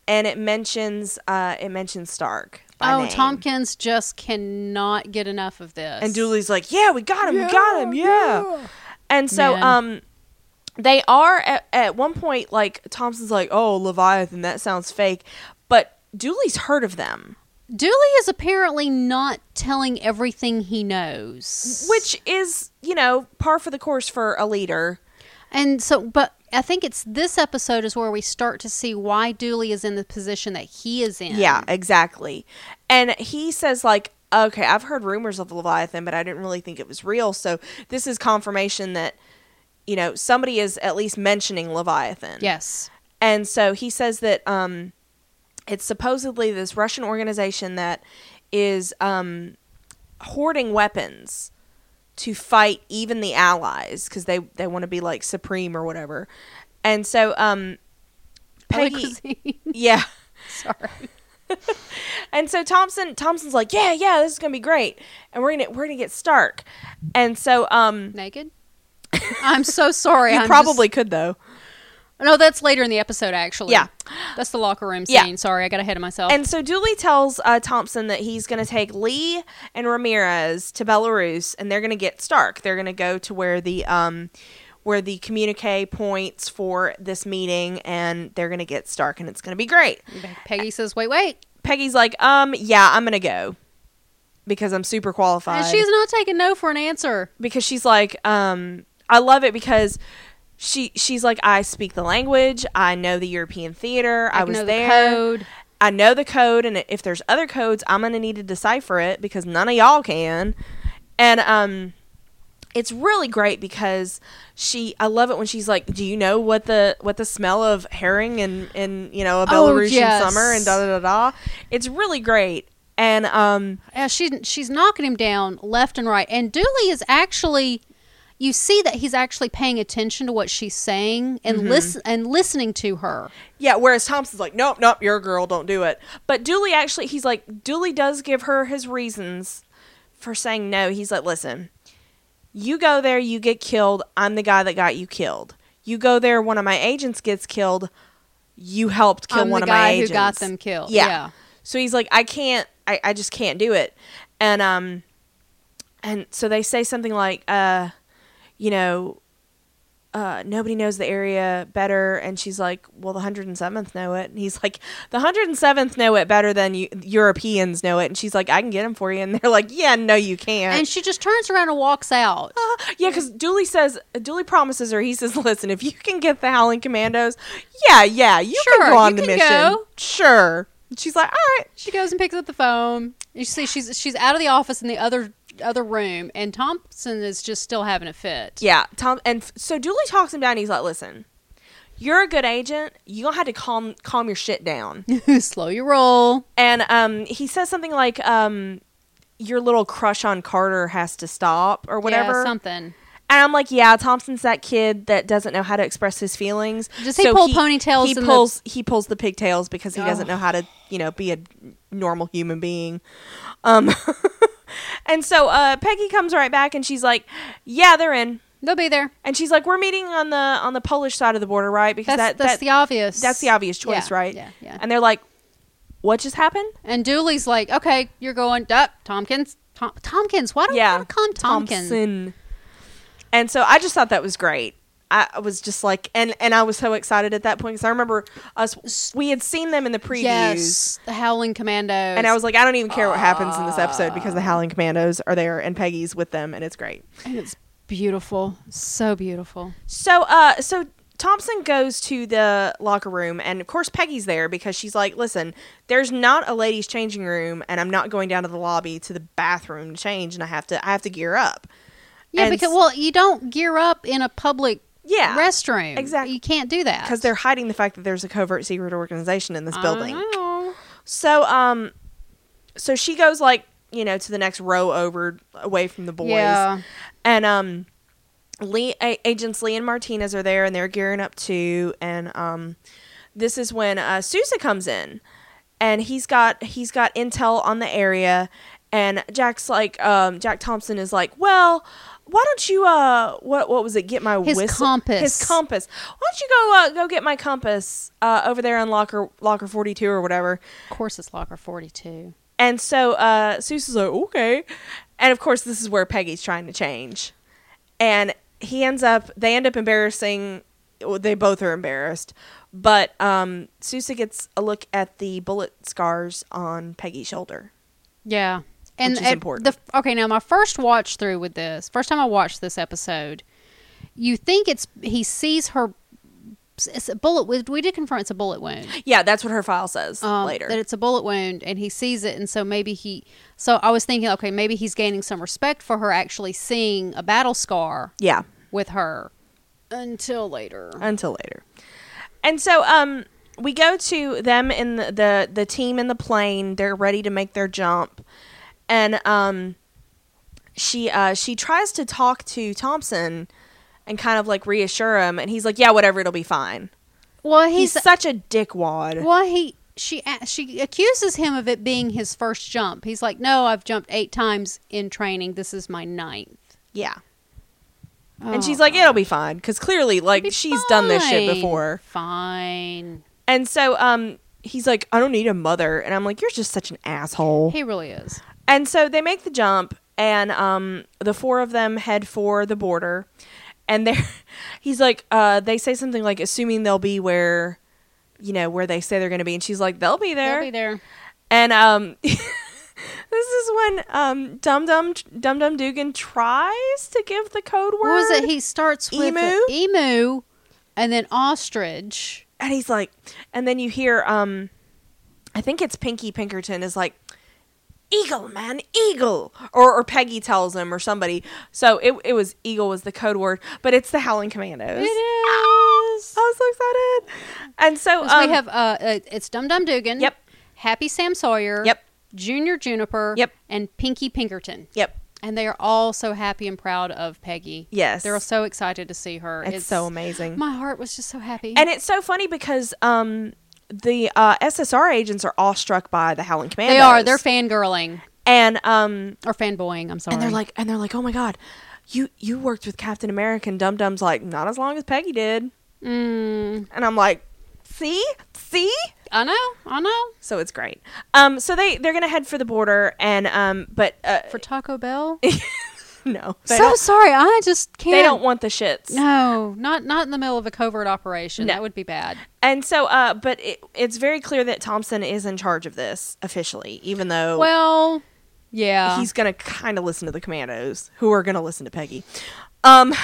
[SPEAKER 1] and it mentions uh, it mentions Stark. by
[SPEAKER 2] Oh,
[SPEAKER 1] name.
[SPEAKER 2] Tompkins just cannot get enough of this.
[SPEAKER 1] And Dooley's like, "Yeah, we got him. we got him. Yeah." And so,
[SPEAKER 2] Man.
[SPEAKER 1] um, they are at, at one point like Thompson's like, "Oh, Leviathan, that sounds fake," but Dooley's heard of them,
[SPEAKER 2] Dooley is apparently not telling everything he knows.
[SPEAKER 1] which is you know par for the course for a leader.
[SPEAKER 2] And so, but I think it's this episode is where we start to see why Dooley is in the position that he is in.
[SPEAKER 1] Yeah, exactly. And he says like, "Okay, I've heard rumors of Leviathan, but I didn't really think it was real." So this is confirmation that you know somebody is at least mentioning Leviathan.
[SPEAKER 2] Yes.
[SPEAKER 1] And so he says that um, it's supposedly this Russian organization that is um, hoarding weapons to fight even the allies because they, they want to be like supreme or whatever. And so um,
[SPEAKER 2] Other
[SPEAKER 1] Peggy,
[SPEAKER 2] cuisine.
[SPEAKER 1] yeah.
[SPEAKER 2] Sorry.
[SPEAKER 1] And so Thompson Thompson's like, yeah, yeah, this is gonna be great, and we're gonna we're gonna get Stark. And so um,
[SPEAKER 2] Naked? I'm so sorry.
[SPEAKER 1] you
[SPEAKER 2] I'm
[SPEAKER 1] probably could though.
[SPEAKER 2] just- no, that's later in the episode, actually.
[SPEAKER 1] Yeah.
[SPEAKER 2] That's the locker room
[SPEAKER 1] Yeah.
[SPEAKER 2] scene. Sorry, I got ahead of myself.
[SPEAKER 1] And so Dooley tells uh, Thompson that he's going to take Lee and Ramirez to Belarus, and they're going to get Stark. They're going to go to where the um, where the communique points for this meeting, and they're going to get Stark, and it's going to be great.
[SPEAKER 2] Peggy says, wait, wait.
[SPEAKER 1] Peggy's like, um, yeah, I'm going to go because I'm super qualified.
[SPEAKER 2] And she's not taking no for an answer.
[SPEAKER 1] because she's like, um, I love it because. She she's like I speak the language. I know the European theater. I, was
[SPEAKER 2] know the
[SPEAKER 1] there.
[SPEAKER 2] code.
[SPEAKER 1] I know the code, and if there's other codes, I'm gonna need to decipher it because none of y'all can. And um, it's really great because she. I love it when she's like, "Do you know what the what the smell of herring and and you know a
[SPEAKER 2] Oh,
[SPEAKER 1] Belarusian
[SPEAKER 2] yes.
[SPEAKER 1] summer and da da da da." It's really great, and um,
[SPEAKER 2] Yeah, she, she's knocking him down left and right. And Dooley is actually, you see that he's actually paying attention to what she's saying and
[SPEAKER 1] Mm-hmm.
[SPEAKER 2] listen and listening to her.
[SPEAKER 1] Yeah, whereas Thompson's like, nope, nope, you're a girl, don't do it. But Dooley actually, he's like, Dooley does give her his reasons for saying no. He's like, listen, you go there, you get killed. I'm the guy that got you killed. You go there, one of my agents gets killed. You helped kill
[SPEAKER 2] I'm
[SPEAKER 1] one
[SPEAKER 2] the
[SPEAKER 1] of my
[SPEAKER 2] guy who
[SPEAKER 1] agents.
[SPEAKER 2] got them killed.
[SPEAKER 1] Yeah.
[SPEAKER 2] Yeah.
[SPEAKER 1] So he's like, I can't, I, I just can't do it. And, um, and so they say something like, uh, you know, uh, nobody knows the area better. And she's like, well, the 107th know it. And he's like, the 107th know it better than you, Europeans know it. And she's like, I can get them for you. And they're like, yeah, no, you can't.
[SPEAKER 2] And Oh, she just turns around and walks out.
[SPEAKER 1] yeah, because Dooley says, Dooley promises her, he says, listen, if you can get the Howling Commandos, yeah, yeah, you
[SPEAKER 2] Sure,
[SPEAKER 1] can go on
[SPEAKER 2] you
[SPEAKER 1] the
[SPEAKER 2] can
[SPEAKER 1] mission.
[SPEAKER 2] go."
[SPEAKER 1] Sure. And she's like, all right.
[SPEAKER 2] She goes and picks up the phone. You see, she's she's out of the office in the other other room, and Thompson is just still having a fit.
[SPEAKER 1] Yeah, Tom, and f- so Dooley talks him down. And he's like, "Listen, you're a good agent. You gonna have to calm calm your shit down."
[SPEAKER 2] Slow your roll.
[SPEAKER 1] and um, he says something like, um, "Your little crush on Carter has to stop," or whatever.
[SPEAKER 2] Yeah, something.
[SPEAKER 1] And I'm like, "Yeah, Thompson's that kid that doesn't know how to express his feelings."
[SPEAKER 2] Does he pull ponytails
[SPEAKER 1] He
[SPEAKER 2] in the-
[SPEAKER 1] pulls he pulls the pigtails because he doesn't
[SPEAKER 2] Ugh.
[SPEAKER 1] know how to you know be a normal human being. Um, and so uh, Peggy comes right back and she's like, "Yeah, they're in."
[SPEAKER 2] They'll be there.
[SPEAKER 1] And she's like, "We're meeting on the on the Polish side of the border, right? Because that,
[SPEAKER 2] That's that's
[SPEAKER 1] that
[SPEAKER 2] the obvious.
[SPEAKER 1] that's the obvious choice,
[SPEAKER 2] Yeah,
[SPEAKER 1] right?"
[SPEAKER 2] Yeah, yeah. And,
[SPEAKER 1] And they're like, "What just happened?"
[SPEAKER 2] Dooley's like, okay, you're going up, Tompkins. Tom- Tompkins, why don't
[SPEAKER 1] Yeah,
[SPEAKER 2] you call him Tompkins?
[SPEAKER 1] Thompson. And so I just thought that was great. I I was just like, and and I was so excited at that point because I remember us we had seen them in the previews,
[SPEAKER 2] Yes, the Howling Commandos.
[SPEAKER 1] and I was like, I don't even care what happens in this episode because
[SPEAKER 2] Ah.
[SPEAKER 1] the Howling Commandos are there and Peggy's with them, and it's great.
[SPEAKER 2] and it's beautiful, so beautiful.
[SPEAKER 1] So, uh, so Thompson goes to the locker room, and of course Peggy's there because she's like, "Listen, there's not a ladies' changing room, and I'm not going down to the lobby to the bathroom to change, and I have to, I have to gear up."
[SPEAKER 2] Yeah,
[SPEAKER 1] And
[SPEAKER 2] because
[SPEAKER 1] s-
[SPEAKER 2] well, you don't gear up in a public
[SPEAKER 1] Yeah.
[SPEAKER 2] restroom.
[SPEAKER 1] Exactly.
[SPEAKER 2] You can't do that
[SPEAKER 1] because they're hiding the fact that there's a covert secret organization in this
[SPEAKER 2] I
[SPEAKER 1] building.
[SPEAKER 2] know.
[SPEAKER 1] So um, so she goes like you know to the next row over away from the boys,
[SPEAKER 2] Yeah.
[SPEAKER 1] and um, Lee a- agents Lee and Martinez are there and they're gearing up too, and um, this is when uh, Sousa comes in, and he's got he's got intel on the area, and Jack's like um, Jack Thompson is like well. Why don't you uh what what was it get my
[SPEAKER 2] His
[SPEAKER 1] whistle
[SPEAKER 2] compass.
[SPEAKER 1] his compass why don't you go uh, go get my compass uh over there on locker locker forty two or whatever
[SPEAKER 2] Of course, it's locker forty-two.
[SPEAKER 1] and so uh, Seuss is like, okay. And of course, this is where Peggy's trying to change. And he ends up, they end up embarrassing, well, they both are embarrassed. But um, Sousa gets a look at the bullet scars on Peggy's shoulder.
[SPEAKER 2] Yeah. And
[SPEAKER 1] Which is
[SPEAKER 2] at
[SPEAKER 1] important.
[SPEAKER 2] The, okay, now my first watch through with this, first time I watched this episode, you think it's he sees her. It's a bullet. wound. We did confirm it's a bullet wound
[SPEAKER 1] Yeah, that's what her file says
[SPEAKER 2] um,
[SPEAKER 1] later.
[SPEAKER 2] that it's a bullet wound, and he sees it, and so maybe he. So I was thinking, okay, maybe he's gaining some respect for her actually seeing a battle scar
[SPEAKER 1] yeah,
[SPEAKER 2] with her until later.
[SPEAKER 1] until later. And so um, we go to them in the, the, the team in the plane. They're ready to make their jump. And um, she uh she tries to talk to Thompson and kind of like reassure him and he's like yeah whatever it'll be fine.
[SPEAKER 2] Well,
[SPEAKER 1] He's,
[SPEAKER 2] he's,
[SPEAKER 1] such a dickwad.
[SPEAKER 2] Well, he she a- she accuses him of it being his first jump. He's like, "No, I've jumped eight times in training. This is my ninth. Oh,
[SPEAKER 1] yeah. And she's like it'll be fine cuz clearly like she's done this shit
[SPEAKER 2] Fine.
[SPEAKER 1] before.
[SPEAKER 2] Fine.
[SPEAKER 1] And so um he's like I don't need a mother and I'm like you're just such an asshole.
[SPEAKER 2] He really is.
[SPEAKER 1] And so they make the jump, and um, the four of them head for the border. And they're, he's like, uh, they say something like, assuming they'll be where, you know, where they say they're going to be. And she's like, they'll be there.
[SPEAKER 2] They'll be there.
[SPEAKER 1] And um, this is when um, Dum Dum Dum Dum Dugan tries to give the code word.
[SPEAKER 2] What was it? He starts with
[SPEAKER 1] Emu?
[SPEAKER 2] a- emu, and then ostrich.
[SPEAKER 1] and he's like, and then you hear, um, I think it's Pinky Pinkerton is like, Eagle, man, Eagle, or or Peggy tells him or somebody. So it it was Eagle was the code word, but it's the Howling Commandos. Ah,
[SPEAKER 2] It is.
[SPEAKER 1] I was so excited, and so
[SPEAKER 2] 'Cause
[SPEAKER 1] um,
[SPEAKER 2] we have uh, uh, it's Dum Dum Dugan.
[SPEAKER 1] Yep.
[SPEAKER 2] Happy Sam Sawyer.
[SPEAKER 1] Yep.
[SPEAKER 2] Junior Juniper.
[SPEAKER 1] Yep.
[SPEAKER 2] And Pinky Pinkerton.
[SPEAKER 1] yep,
[SPEAKER 2] And they are all so happy and proud of Peggy.
[SPEAKER 1] yes,
[SPEAKER 2] They're so excited to see her.
[SPEAKER 1] it's, so amazing,
[SPEAKER 2] My heart was just so happy.
[SPEAKER 1] and it's so funny because um the uh, SSR agents are awestruck by the Howling Commandos.
[SPEAKER 2] they are. They're fangirling
[SPEAKER 1] and um
[SPEAKER 2] or fanboying. I'm sorry.
[SPEAKER 1] and they're like and they're like oh my god you you worked with captain america and dum dum's like not as long as peggy did
[SPEAKER 2] mm,
[SPEAKER 1] and i'm like see see
[SPEAKER 2] I know, I know.
[SPEAKER 1] so it's great um so they they're gonna head for the border and um but uh
[SPEAKER 2] For Taco Bell.
[SPEAKER 1] no they,
[SPEAKER 2] so
[SPEAKER 1] don't,
[SPEAKER 2] sorry. I just can't.
[SPEAKER 1] they don't want the shits
[SPEAKER 2] No, not not in the middle of a covert operation.
[SPEAKER 1] No.
[SPEAKER 2] That would be bad.
[SPEAKER 1] and so uh but it, it's very clear that thompson is in charge of this officially even though
[SPEAKER 2] Well, yeah.
[SPEAKER 1] he's gonna kind of listen to the commandos who are gonna listen to peggy um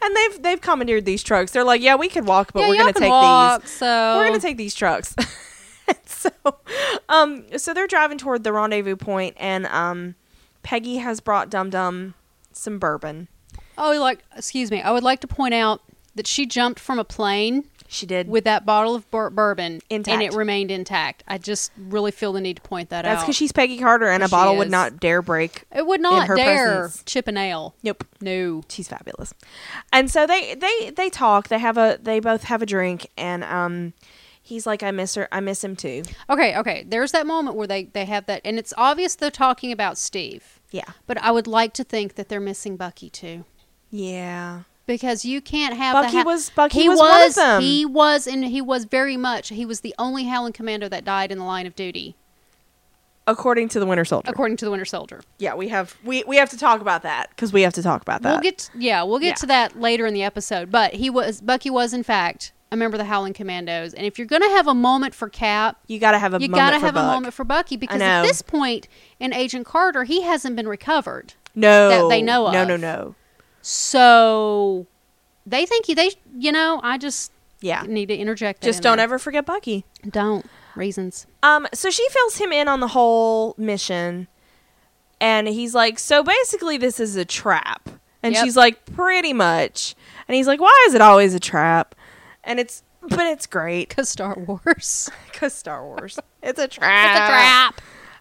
[SPEAKER 1] and they've they've commandeered these trucks they're like yeah we could walk but
[SPEAKER 2] Yeah,
[SPEAKER 1] we're
[SPEAKER 2] y'all
[SPEAKER 1] gonna
[SPEAKER 2] can
[SPEAKER 1] take
[SPEAKER 2] walk,
[SPEAKER 1] these
[SPEAKER 2] So
[SPEAKER 1] we're gonna take these trucks And so um so they're driving toward the rendezvous point and um peggy has brought dum dum some bourbon
[SPEAKER 2] Oh, like excuse me. I would like to point out that she jumped from a plane
[SPEAKER 1] she did
[SPEAKER 2] with that bottle of bur- bourbon
[SPEAKER 1] Intact.
[SPEAKER 2] and it remained intact. I just really feel the need to point that
[SPEAKER 1] that's
[SPEAKER 2] out.
[SPEAKER 1] because she's peggy carter and a
[SPEAKER 2] She
[SPEAKER 1] bottle would
[SPEAKER 2] is.
[SPEAKER 1] not dare break
[SPEAKER 2] It would not
[SPEAKER 1] her
[SPEAKER 2] dare
[SPEAKER 1] presence.
[SPEAKER 2] chip a nail.
[SPEAKER 1] nope
[SPEAKER 2] No.
[SPEAKER 1] she's fabulous and so they they they talk they have a they both have a drink and um he's like i miss her i miss him too
[SPEAKER 2] Okay, okay. There's that moment where they they have that, and it's obvious they're talking about Steve.
[SPEAKER 1] yeah
[SPEAKER 2] But I would like to think that they're missing Bucky too,
[SPEAKER 1] yeah
[SPEAKER 2] because you can't have
[SPEAKER 1] Bucky
[SPEAKER 2] the
[SPEAKER 1] was- Bucky
[SPEAKER 2] he
[SPEAKER 1] was one of them.
[SPEAKER 2] he was and he was very much he was the only Howling Commando that died in the line of duty,
[SPEAKER 1] according to the winter soldier
[SPEAKER 2] according to the Winter Soldier.
[SPEAKER 1] yeah we have we we have to talk about that because we have to talk about that
[SPEAKER 2] We'll get yeah, we'll get
[SPEAKER 1] Yeah.
[SPEAKER 2] to that later in the episode. But he was Bucky was in fact a member of the Howling Commandos, and if you're gonna have a moment for Cap,
[SPEAKER 1] you gotta have a
[SPEAKER 2] you
[SPEAKER 1] moment
[SPEAKER 2] gotta
[SPEAKER 1] for
[SPEAKER 2] have a
[SPEAKER 1] Buck.
[SPEAKER 2] moment for Bucky because
[SPEAKER 1] know.
[SPEAKER 2] at this point in Agent Carter, he hasn't been recovered.
[SPEAKER 1] no
[SPEAKER 2] that they know
[SPEAKER 1] no
[SPEAKER 2] of.
[SPEAKER 1] no no
[SPEAKER 2] So they think you they you know I just
[SPEAKER 1] Yeah.
[SPEAKER 2] need to interject. That
[SPEAKER 1] Just
[SPEAKER 2] in
[SPEAKER 1] don't
[SPEAKER 2] there.
[SPEAKER 1] ever forget Bucky.
[SPEAKER 2] don't reasons.
[SPEAKER 1] Um, so she fills him in on the whole mission, and he's like, "So basically, this is a trap." And
[SPEAKER 2] Yep.
[SPEAKER 1] she's like, pretty much. And he's like, why is it always a trap? And it's, but it's great
[SPEAKER 2] Because Star Wars.
[SPEAKER 1] because Star Wars. It's a
[SPEAKER 2] It's
[SPEAKER 1] trap.
[SPEAKER 2] a trap.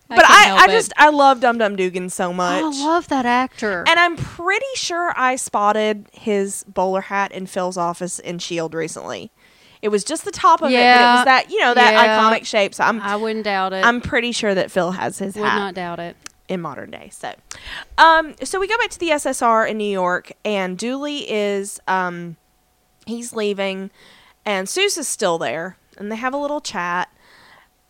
[SPEAKER 1] But
[SPEAKER 2] can't
[SPEAKER 1] I,
[SPEAKER 2] help
[SPEAKER 1] I
[SPEAKER 2] it. Oh,
[SPEAKER 1] just, I love Dum Dum Dugan so much.
[SPEAKER 2] I love that actor.
[SPEAKER 1] and I'm pretty sure I spotted his bowler hat in Phil's office in Shield E recently. It was just the top of it, but it
[SPEAKER 2] Yeah.
[SPEAKER 1] was that you know that
[SPEAKER 2] Yeah.
[SPEAKER 1] iconic shape. So I'm
[SPEAKER 2] I wouldn't doubt it.
[SPEAKER 1] I'm pretty sure that Phil has his
[SPEAKER 2] would
[SPEAKER 1] hat
[SPEAKER 2] not doubt it.
[SPEAKER 1] in modern day. So, um, so we go back to the SSR in New York, and Dooley is um, he's leaving, and Seuss is still there, and they have a little chat,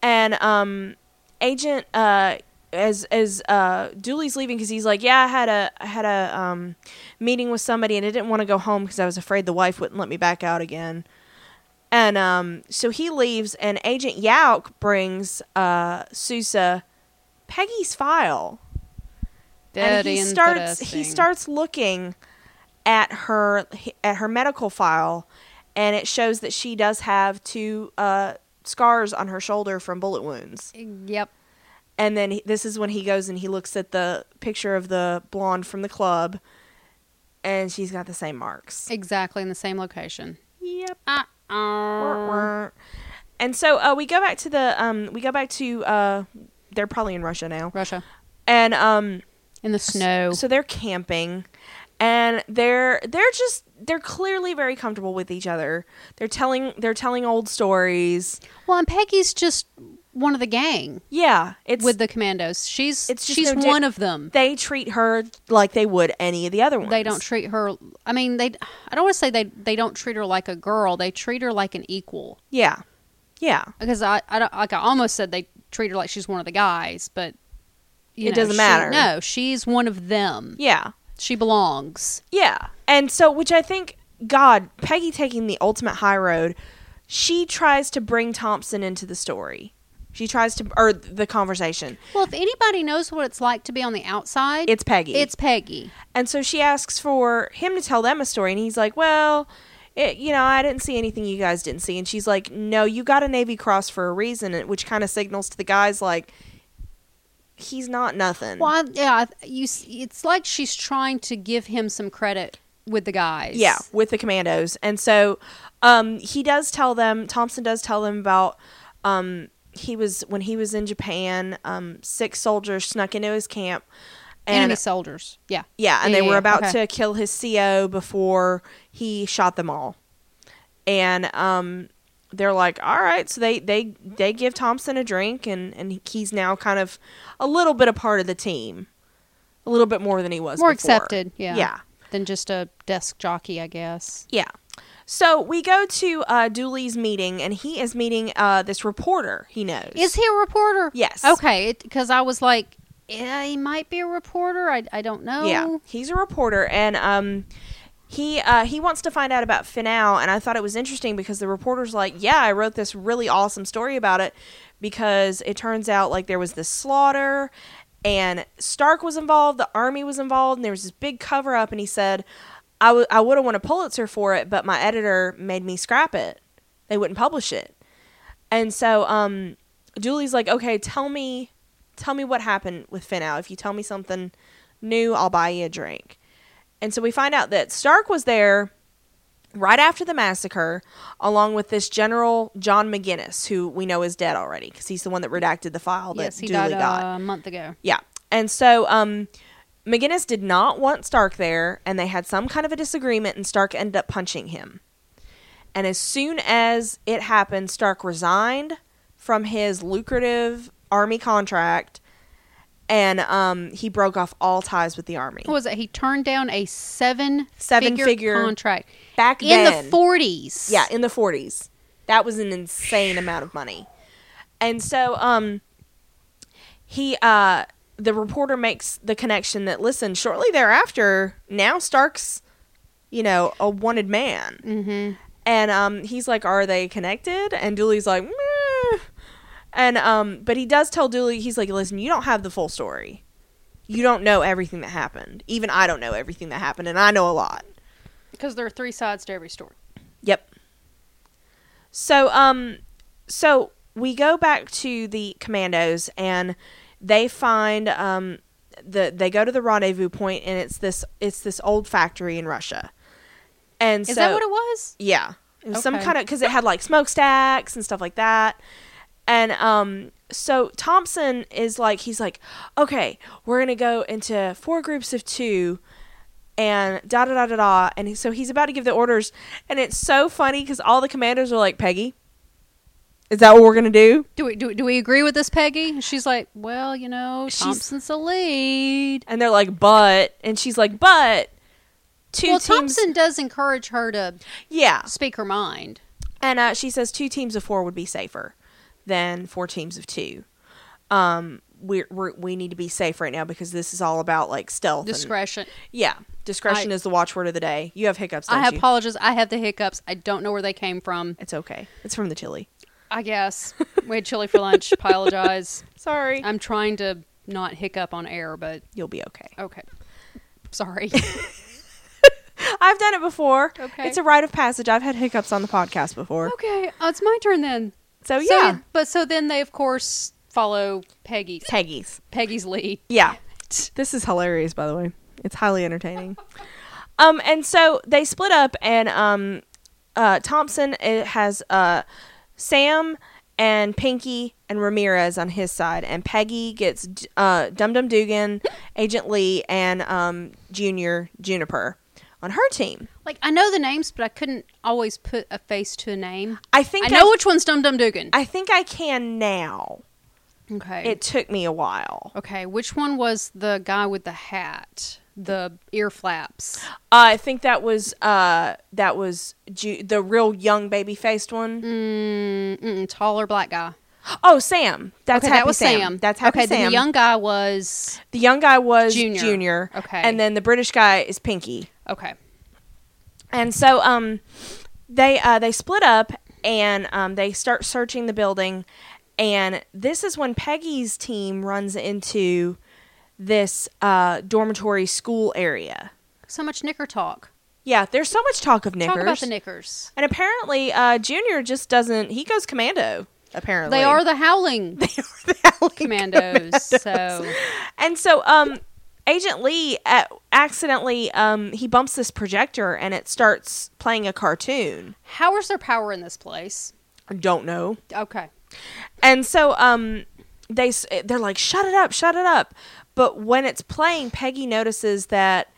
[SPEAKER 1] and um, Agent uh. As as uh, Dooley's leaving because he's like, yeah, I had a I had a um, meeting with somebody and I didn't want to go home because I was afraid the wife wouldn't let me back out again. And um, so he leaves, and Agent Yauk brings uh, Sousa Peggy's file, and he
[SPEAKER 2] That
[SPEAKER 1] starts he
[SPEAKER 2] interesting.
[SPEAKER 1] starts looking at her at her medical file, and it shows that she does have two uh, scars on her shoulder from bullet wounds.
[SPEAKER 2] Yep.
[SPEAKER 1] And then he, this is when he goes and he looks at the picture of the blonde from the club, and she's got the same marks.
[SPEAKER 2] Exactly in the same location.
[SPEAKER 1] Yep. Wah,
[SPEAKER 2] Uh-uh.
[SPEAKER 1] wah. And so uh, we go back to the um, we go back to uh, they're probably in Russia now,
[SPEAKER 2] Russia.
[SPEAKER 1] and um,
[SPEAKER 2] In the snow.
[SPEAKER 1] so they're camping, and they're they're just they're clearly very comfortable with each other. They're telling they're telling old stories.
[SPEAKER 2] well, and Peggy's just one of the gang
[SPEAKER 1] Yeah, it's
[SPEAKER 2] with the commandos. She's
[SPEAKER 1] it's just
[SPEAKER 2] she's
[SPEAKER 1] no di-
[SPEAKER 2] one of them.
[SPEAKER 1] they treat her like they would any of the other ones.
[SPEAKER 2] They don't treat her. I mean, they. I don't want to say they they don't treat her like a girl. They treat her like an equal.
[SPEAKER 1] Yeah, yeah.
[SPEAKER 2] Because I, I don't- like I almost said they treat her like she's one of the guys, but you
[SPEAKER 1] It
[SPEAKER 2] know,
[SPEAKER 1] doesn't
[SPEAKER 2] she-
[SPEAKER 1] matter.
[SPEAKER 2] no, she's one of them.
[SPEAKER 1] Yeah.
[SPEAKER 2] She belongs.
[SPEAKER 1] Yeah. And so, which I think, God, Peggy taking the ultimate high road, she tries to bring Thompson into the story. She tries to, or the conversation.
[SPEAKER 2] Well, if anybody knows what it's like to be on the outside,
[SPEAKER 1] It's Peggy.
[SPEAKER 2] it's Peggy.
[SPEAKER 1] and so she asks for him to tell them a story. And he's like, well, it, you know, I didn't see anything you guys didn't see. And she's like, no, you got a Navy Cross for a reason, and- which kind of signals to the guys, like, he's not nothing.
[SPEAKER 2] Well, I, yeah, I- you. s- It's like she's trying to give him some credit with the guys.
[SPEAKER 1] Yeah, with the commandos. And so um, he does tell them, Thompson does tell them about um, he was, when he was in Japan, um, six soldiers snuck into his camp. And,
[SPEAKER 2] enemy soldiers. Yeah,
[SPEAKER 1] Yeah, and they
[SPEAKER 2] Yeah,
[SPEAKER 1] were
[SPEAKER 2] yeah,
[SPEAKER 1] about
[SPEAKER 2] okay.
[SPEAKER 1] to kill his CO before he shot them all. And um, they're like, all right. So they, they, they give Thompson a drink, and, and he's now kind of a little bit a part of the team. A little bit more than he was
[SPEAKER 2] more
[SPEAKER 1] before.
[SPEAKER 2] accepted. Yeah,
[SPEAKER 1] Yeah.
[SPEAKER 2] than just a desk jockey, I guess.
[SPEAKER 1] Yeah. So we go to uh, Dooley's meeting, and he is meeting uh, this reporter he knows.
[SPEAKER 2] Is he a reporter?
[SPEAKER 1] Yes.
[SPEAKER 2] Okay, because I was like, yeah, he might be a reporter. I, I don't know.
[SPEAKER 1] Yeah, he's a reporter, and um, he uh, he wants to find out about Finale, and I thought it was interesting because the reporter's like, "Yeah, I wrote this really awesome story about it because it turns out like there was this slaughter." And Stark was involved, the army was involved, and there was this big cover up. And he said, I, w- I would have won a Pulitzer for it, but my editor made me scrap it. They wouldn't publish it. And so um, Julie's like, okay, tell me, tell me what happened with Finnow. If you tell me something new, I'll buy you a drink. And so we find out that Stark was there right after the massacre, along with this General John McGinnis, who we know is dead already because he's the one that redacted the file that
[SPEAKER 2] Yes, he
[SPEAKER 1] Dooley
[SPEAKER 2] died
[SPEAKER 1] got.
[SPEAKER 2] uh, a month ago.
[SPEAKER 1] Yeah. And so um McGinnis did not want Stark there and they had some kind of a disagreement and Stark ended up punching him. And as soon as it happened, Stark resigned from his lucrative army contract and um he broke off all ties with the army.
[SPEAKER 2] What was it? He turned down a seven
[SPEAKER 1] Seven-figure
[SPEAKER 2] contract
[SPEAKER 1] Back
[SPEAKER 2] in
[SPEAKER 1] then,
[SPEAKER 2] the forties.
[SPEAKER 1] Yeah, in the 40s. That was an insane amount of money. And so um he uh the reporter makes the connection that listen, shortly thereafter, now Stark's you know, a wanted man.
[SPEAKER 2] Mm-hmm.
[SPEAKER 1] And um he's like, "Are they connected?" And Dooley's like, Meh. And um but he does tell Dooley he's like, "Listen, you don't have the full story. You don't know everything that happened. Even I don't know everything that happened and I know a lot."
[SPEAKER 2] Because there are three sides to every story.
[SPEAKER 1] Yep. So um so we go back to the commandos and they find um the they go to the rendezvous point and it's this it's this old factory in Russia. And
[SPEAKER 2] Is
[SPEAKER 1] so
[SPEAKER 2] that what it was?
[SPEAKER 1] yeah. It was some
[SPEAKER 2] Okay.
[SPEAKER 1] kind of because it had like smokestacks and stuff like that. And um, so Thompson is like, he's like, okay, we're gonna go into four groups of two, and da da da da da. And he- so he's about to give the orders, and it's so funny because all the commandos are like, Peggy, is that what we're gonna do?
[SPEAKER 2] Do we do, do we agree with this, Peggy? She's like, well, you know,
[SPEAKER 1] She's-
[SPEAKER 2] Thompson's the lead.
[SPEAKER 1] And they're like, but, and she's like, but. Two
[SPEAKER 2] Well,
[SPEAKER 1] teams,
[SPEAKER 2] Thompson does encourage her to
[SPEAKER 1] yeah,
[SPEAKER 2] speak her mind.
[SPEAKER 1] and uh, she says two teams of four would be safer than four teams of two. Um, we're, we're we need to be safe right now because this is all about like stealth. and-
[SPEAKER 2] Discretion.
[SPEAKER 1] yeah, discretion
[SPEAKER 2] I-
[SPEAKER 1] is the watchword of the day. You have hiccups, don't
[SPEAKER 2] I
[SPEAKER 1] you?
[SPEAKER 2] apologize. I have the hiccups. I don't know where they came from.
[SPEAKER 1] it's okay. It's from the chili.
[SPEAKER 2] I guess we had chili for lunch. Apologize.
[SPEAKER 1] Sorry,
[SPEAKER 2] I'm trying to not hiccup on air, but
[SPEAKER 1] you'll be okay.
[SPEAKER 2] okay. Sorry.
[SPEAKER 1] I've done it before.
[SPEAKER 2] Okay.
[SPEAKER 1] it's a rite of passage. I've had hiccups on the podcast before.
[SPEAKER 2] okay, oh, it's my turn then.
[SPEAKER 1] So
[SPEAKER 2] So,
[SPEAKER 1] yeah,
[SPEAKER 2] but so then they of course follow Peggy.
[SPEAKER 1] Peggy's.
[SPEAKER 2] Peggy's lead.
[SPEAKER 1] Yeah. This is hilarious, by the way. It's highly entertaining. um, and so they split up, and um, uh, Thompson it has uh, Sam and Pinky and Ramirez on his side, and Peggy gets uh, Dum Dum Dugan, Agent Lee, and um, Junior Juniper on her team.
[SPEAKER 2] Like I know the names, but I couldn't always put a face to a name.
[SPEAKER 1] I
[SPEAKER 2] I
[SPEAKER 1] think I,
[SPEAKER 2] know which one's Dum Dum Dugan.
[SPEAKER 1] I think I can now.
[SPEAKER 2] okay.
[SPEAKER 1] It took me a while.
[SPEAKER 2] okay. Which one was the guy with the hat, the ear flaps?
[SPEAKER 1] Uh, I think that was uh, that was Ju- the real young baby faced one.
[SPEAKER 2] Mm, mm, taller black guy.
[SPEAKER 1] Oh, Sam. That's
[SPEAKER 2] Okay,
[SPEAKER 1] Happy
[SPEAKER 2] that was
[SPEAKER 1] Sam.
[SPEAKER 2] Sam.
[SPEAKER 1] That's Happy
[SPEAKER 2] okay,
[SPEAKER 1] Sam.
[SPEAKER 2] Then the young guy was
[SPEAKER 1] The young guy was Junior.
[SPEAKER 2] Junior. Okay.
[SPEAKER 1] And then the British guy is Pinky.
[SPEAKER 2] okay.
[SPEAKER 1] And so um, they uh, they split up and um, they start searching the building. And this is when Peggy's team runs into this uh, dormitory school area.
[SPEAKER 2] So much knicker talk.
[SPEAKER 1] Yeah, there's so much talk of knickers.
[SPEAKER 2] Talk about the knickers.
[SPEAKER 1] and apparently, uh, Junior just doesn't. He goes commando. Apparently,
[SPEAKER 2] They are the howling
[SPEAKER 1] the alley
[SPEAKER 2] commandos. So
[SPEAKER 1] And so, um, Agent Lee uh, accidentally um, he bumps this projector and it starts playing a cartoon.
[SPEAKER 2] how is their power in this place?
[SPEAKER 1] I don't know.
[SPEAKER 2] Okay.
[SPEAKER 1] And so, um, they s- they're like, "Shut it up! Shut it up!" But when it's playing, Peggy notices that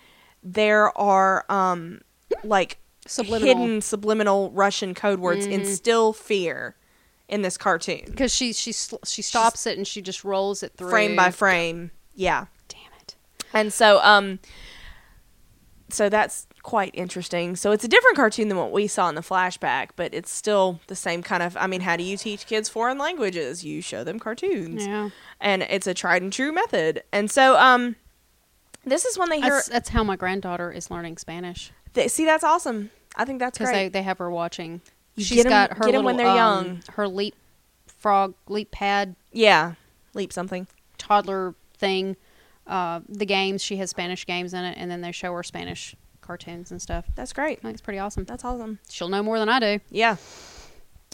[SPEAKER 1] there are um, like
[SPEAKER 2] Subliminal.
[SPEAKER 1] hidden subliminal Russian code words instill fear in this cartoon,
[SPEAKER 2] Because she she sl- she stops it and she just rolls it through
[SPEAKER 1] frame by frame. Yeah.
[SPEAKER 2] Damn it.
[SPEAKER 1] And so, um, so that's quite interesting. So it's a different cartoon than what we saw in the flashback, but it's still the same kind of. I mean, how do you teach kids foreign languages? You show them cartoons,
[SPEAKER 2] Yeah.
[SPEAKER 1] and it's a tried and true method. And so, um, this is when they hear.
[SPEAKER 2] That's, that's how my granddaughter is learning Spanish
[SPEAKER 1] They, see, that's awesome. I think that's
[SPEAKER 2] because they,
[SPEAKER 1] great.
[SPEAKER 2] they have her watching.
[SPEAKER 1] You
[SPEAKER 2] She's
[SPEAKER 1] get 'em-
[SPEAKER 2] got her
[SPEAKER 1] get 'em
[SPEAKER 2] little,
[SPEAKER 1] when they're
[SPEAKER 2] um,
[SPEAKER 1] young.
[SPEAKER 2] Her leap frog leap pad
[SPEAKER 1] yeah, leap something.
[SPEAKER 2] toddler thing. Uh, the games she has Spanish games in it, and then they show her Spanish cartoons and stuff.
[SPEAKER 1] That's great.
[SPEAKER 2] I think it's pretty awesome.
[SPEAKER 1] That's awesome.
[SPEAKER 2] She'll know more than I do.
[SPEAKER 1] Yeah.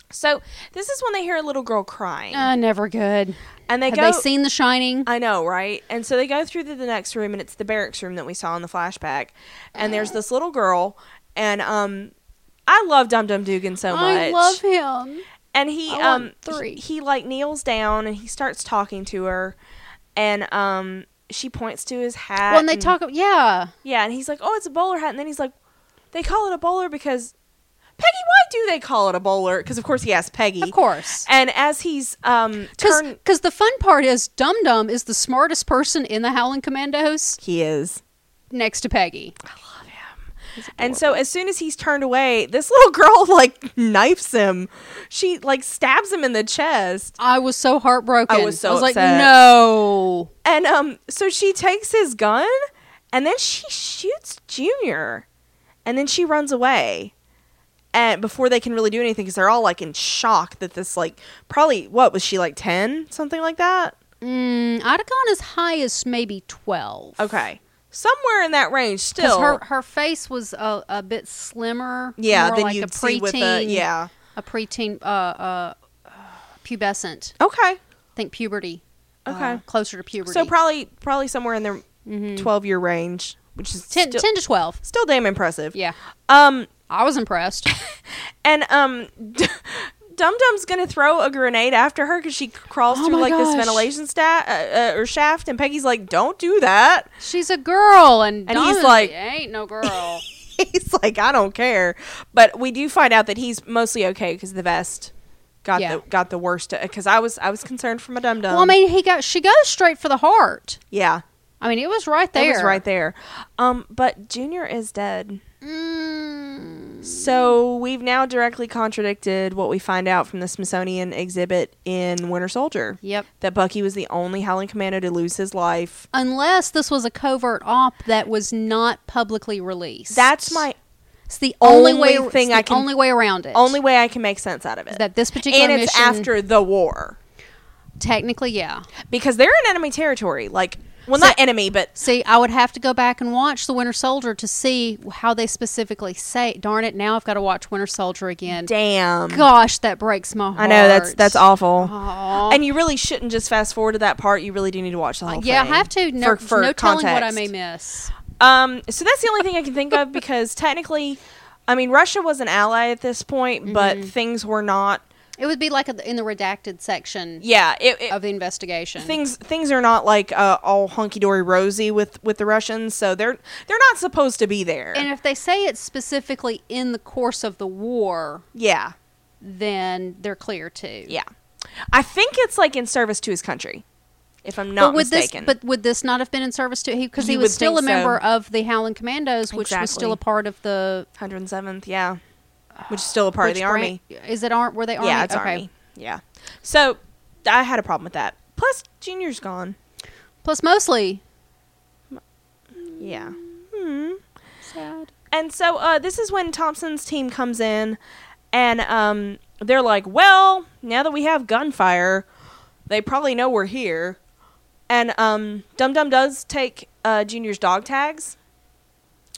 [SPEAKER 1] So this is when they hear a little girl crying,
[SPEAKER 2] Uh, never good.
[SPEAKER 1] and they
[SPEAKER 2] have
[SPEAKER 1] go.
[SPEAKER 2] they seen The Shining?
[SPEAKER 1] I know, right? And so they go through to the next room, and it's the barracks room that we saw in the flashback. And there's this little girl, and um, I love Dum Dum Dugan so much.
[SPEAKER 2] I love him.
[SPEAKER 1] And he um,
[SPEAKER 2] I want three.
[SPEAKER 1] He, he, like kneels down and he starts talking to her, and um, she points to his hat.
[SPEAKER 2] Well, and they
[SPEAKER 1] and-
[SPEAKER 2] talk. Yeah,
[SPEAKER 1] Yeah, and he's like, "Oh, it's a bowler hat," and then he's like, "They call it a bowler because." Peggy, why do they call it a bowler? Because of course he asked Peggy.
[SPEAKER 2] of course.
[SPEAKER 1] And as he's um, turn,
[SPEAKER 2] Because the fun part is Dum Dum is the smartest person in the Howling Commandos
[SPEAKER 1] he is.
[SPEAKER 2] next to Peggy.
[SPEAKER 1] And so as soon as he's turned away, this little girl like knifes him. She like stabs him in the chest.
[SPEAKER 2] I was so heartbroken.
[SPEAKER 1] I was so
[SPEAKER 2] like,
[SPEAKER 1] upset.
[SPEAKER 2] no.
[SPEAKER 1] And um so she takes his gun and then she shoots Junior. And then she runs away. And before they can really do anything cuz they're all like in shock that this like probably what was she like 10, something like that?
[SPEAKER 2] Mm, I'd have gone as high as maybe twelve.
[SPEAKER 1] Okay. Somewhere in that range
[SPEAKER 2] Because
[SPEAKER 1] Oh, still.
[SPEAKER 2] her her face was a, a bit slimmer.
[SPEAKER 1] yeah,
[SPEAKER 2] more
[SPEAKER 1] then
[SPEAKER 2] like
[SPEAKER 1] you'd
[SPEAKER 2] a
[SPEAKER 1] see
[SPEAKER 2] preteen.
[SPEAKER 1] with the yeah.
[SPEAKER 2] a preteen, uh, uh, pubescent.
[SPEAKER 1] Okay.
[SPEAKER 2] Think puberty. Uh,
[SPEAKER 1] Okay.
[SPEAKER 2] closer to puberty.
[SPEAKER 1] So probably probably somewhere in their
[SPEAKER 2] Mm-hmm.
[SPEAKER 1] twelve year range, which is
[SPEAKER 2] 10,
[SPEAKER 1] still,
[SPEAKER 2] 10 to 12.
[SPEAKER 1] still damn impressive.
[SPEAKER 2] Yeah.
[SPEAKER 1] Um,
[SPEAKER 2] I was impressed.
[SPEAKER 1] and um, Dum Dum's gonna throw a grenade after her because she crawls
[SPEAKER 2] Oh
[SPEAKER 1] through
[SPEAKER 2] my
[SPEAKER 1] like this
[SPEAKER 2] gosh.
[SPEAKER 1] ventilation sta- uh, uh, or shaft, and Peggy's like, "Don't do that."
[SPEAKER 2] She's a girl, and,
[SPEAKER 1] And he's
[SPEAKER 2] Donovan
[SPEAKER 1] like-
[SPEAKER 2] ain't no girl.
[SPEAKER 1] he's like, I don't care. But we do find out that he's mostly okay because the vest got
[SPEAKER 2] Yeah.
[SPEAKER 1] the got the worst. Because I was I was concerned for my dum dum.
[SPEAKER 2] well, I mean, he got she goes straight for the heart.
[SPEAKER 1] yeah,
[SPEAKER 2] I mean, it was right
[SPEAKER 1] that
[SPEAKER 2] there.
[SPEAKER 1] was right there. Um, but Junior is dead.
[SPEAKER 2] Mm,
[SPEAKER 1] So we've now directly contradicted what we find out from the Smithsonian exhibit in Winter Soldier.
[SPEAKER 2] yep.
[SPEAKER 1] That Bucky was the only Howling Commando to lose his life.
[SPEAKER 2] Unless this was a covert op that was not publicly released.
[SPEAKER 1] That's my
[SPEAKER 2] it's the only,
[SPEAKER 1] only
[SPEAKER 2] way
[SPEAKER 1] thing
[SPEAKER 2] it's
[SPEAKER 1] I
[SPEAKER 2] the
[SPEAKER 1] can-
[SPEAKER 2] only way around it.
[SPEAKER 1] only way I can make sense out of it.
[SPEAKER 2] is that this particular
[SPEAKER 1] and it's
[SPEAKER 2] mission-
[SPEAKER 1] after the war
[SPEAKER 2] technically, yeah.
[SPEAKER 1] because they're in enemy territory. Like, well,
[SPEAKER 2] So-
[SPEAKER 1] not enemy, but
[SPEAKER 2] See, I would have to go back and watch The Winter Soldier to see how they specifically say. Darn it! Now I've got to watch Winter Soldier again.
[SPEAKER 1] damn.
[SPEAKER 2] Gosh, that breaks my heart.
[SPEAKER 1] I know that's that's awful.
[SPEAKER 2] Aw.
[SPEAKER 1] And you really shouldn't just fast forward to that part. You really do need to watch the whole thing.
[SPEAKER 2] yeah, I have to. No,
[SPEAKER 1] for- for
[SPEAKER 2] no telling what I
[SPEAKER 1] context.
[SPEAKER 2] may miss.
[SPEAKER 1] Um, so that's the only thing I can think of because technically, I mean, Russia was an ally at this point, but
[SPEAKER 2] Mm-hmm.
[SPEAKER 1] things were not.
[SPEAKER 2] It would be like a, in the redacted section
[SPEAKER 1] Yeah, it, it-
[SPEAKER 2] of the investigation.
[SPEAKER 1] things things are not like uh, all hunky dory rosy with with the Russians. So they're they're not supposed to be there.
[SPEAKER 2] and if they say it's specifically in the course of the war,
[SPEAKER 1] yeah,
[SPEAKER 2] then they're clear too.
[SPEAKER 1] yeah. I think it's like in service to his country, if I'm not
[SPEAKER 2] but would
[SPEAKER 1] mistaken.
[SPEAKER 2] this but would this not have been in service to he because he
[SPEAKER 1] You
[SPEAKER 2] was
[SPEAKER 1] would
[SPEAKER 2] still a
[SPEAKER 1] think so.
[SPEAKER 2] member of the Howling Commandos, which was
[SPEAKER 1] Exactly.
[SPEAKER 2] still a part of the
[SPEAKER 1] 107th, yeah, which is still a part of
[SPEAKER 2] which
[SPEAKER 1] the
[SPEAKER 2] branch-
[SPEAKER 1] army.
[SPEAKER 2] Is it aren't were they army?
[SPEAKER 1] Yeah, it's
[SPEAKER 2] okay.
[SPEAKER 1] army. Yeah. So I had a problem with that. Plus, Junior's gone.
[SPEAKER 2] Plus mostly
[SPEAKER 1] Yeah. Hmm.
[SPEAKER 2] sad.
[SPEAKER 1] And so uh, this is when Thompson's team comes in, and um, they're like, "Well, now that we have gunfire, they probably know we're here." And um, Dum Dum does take uh, Junior's dog tags.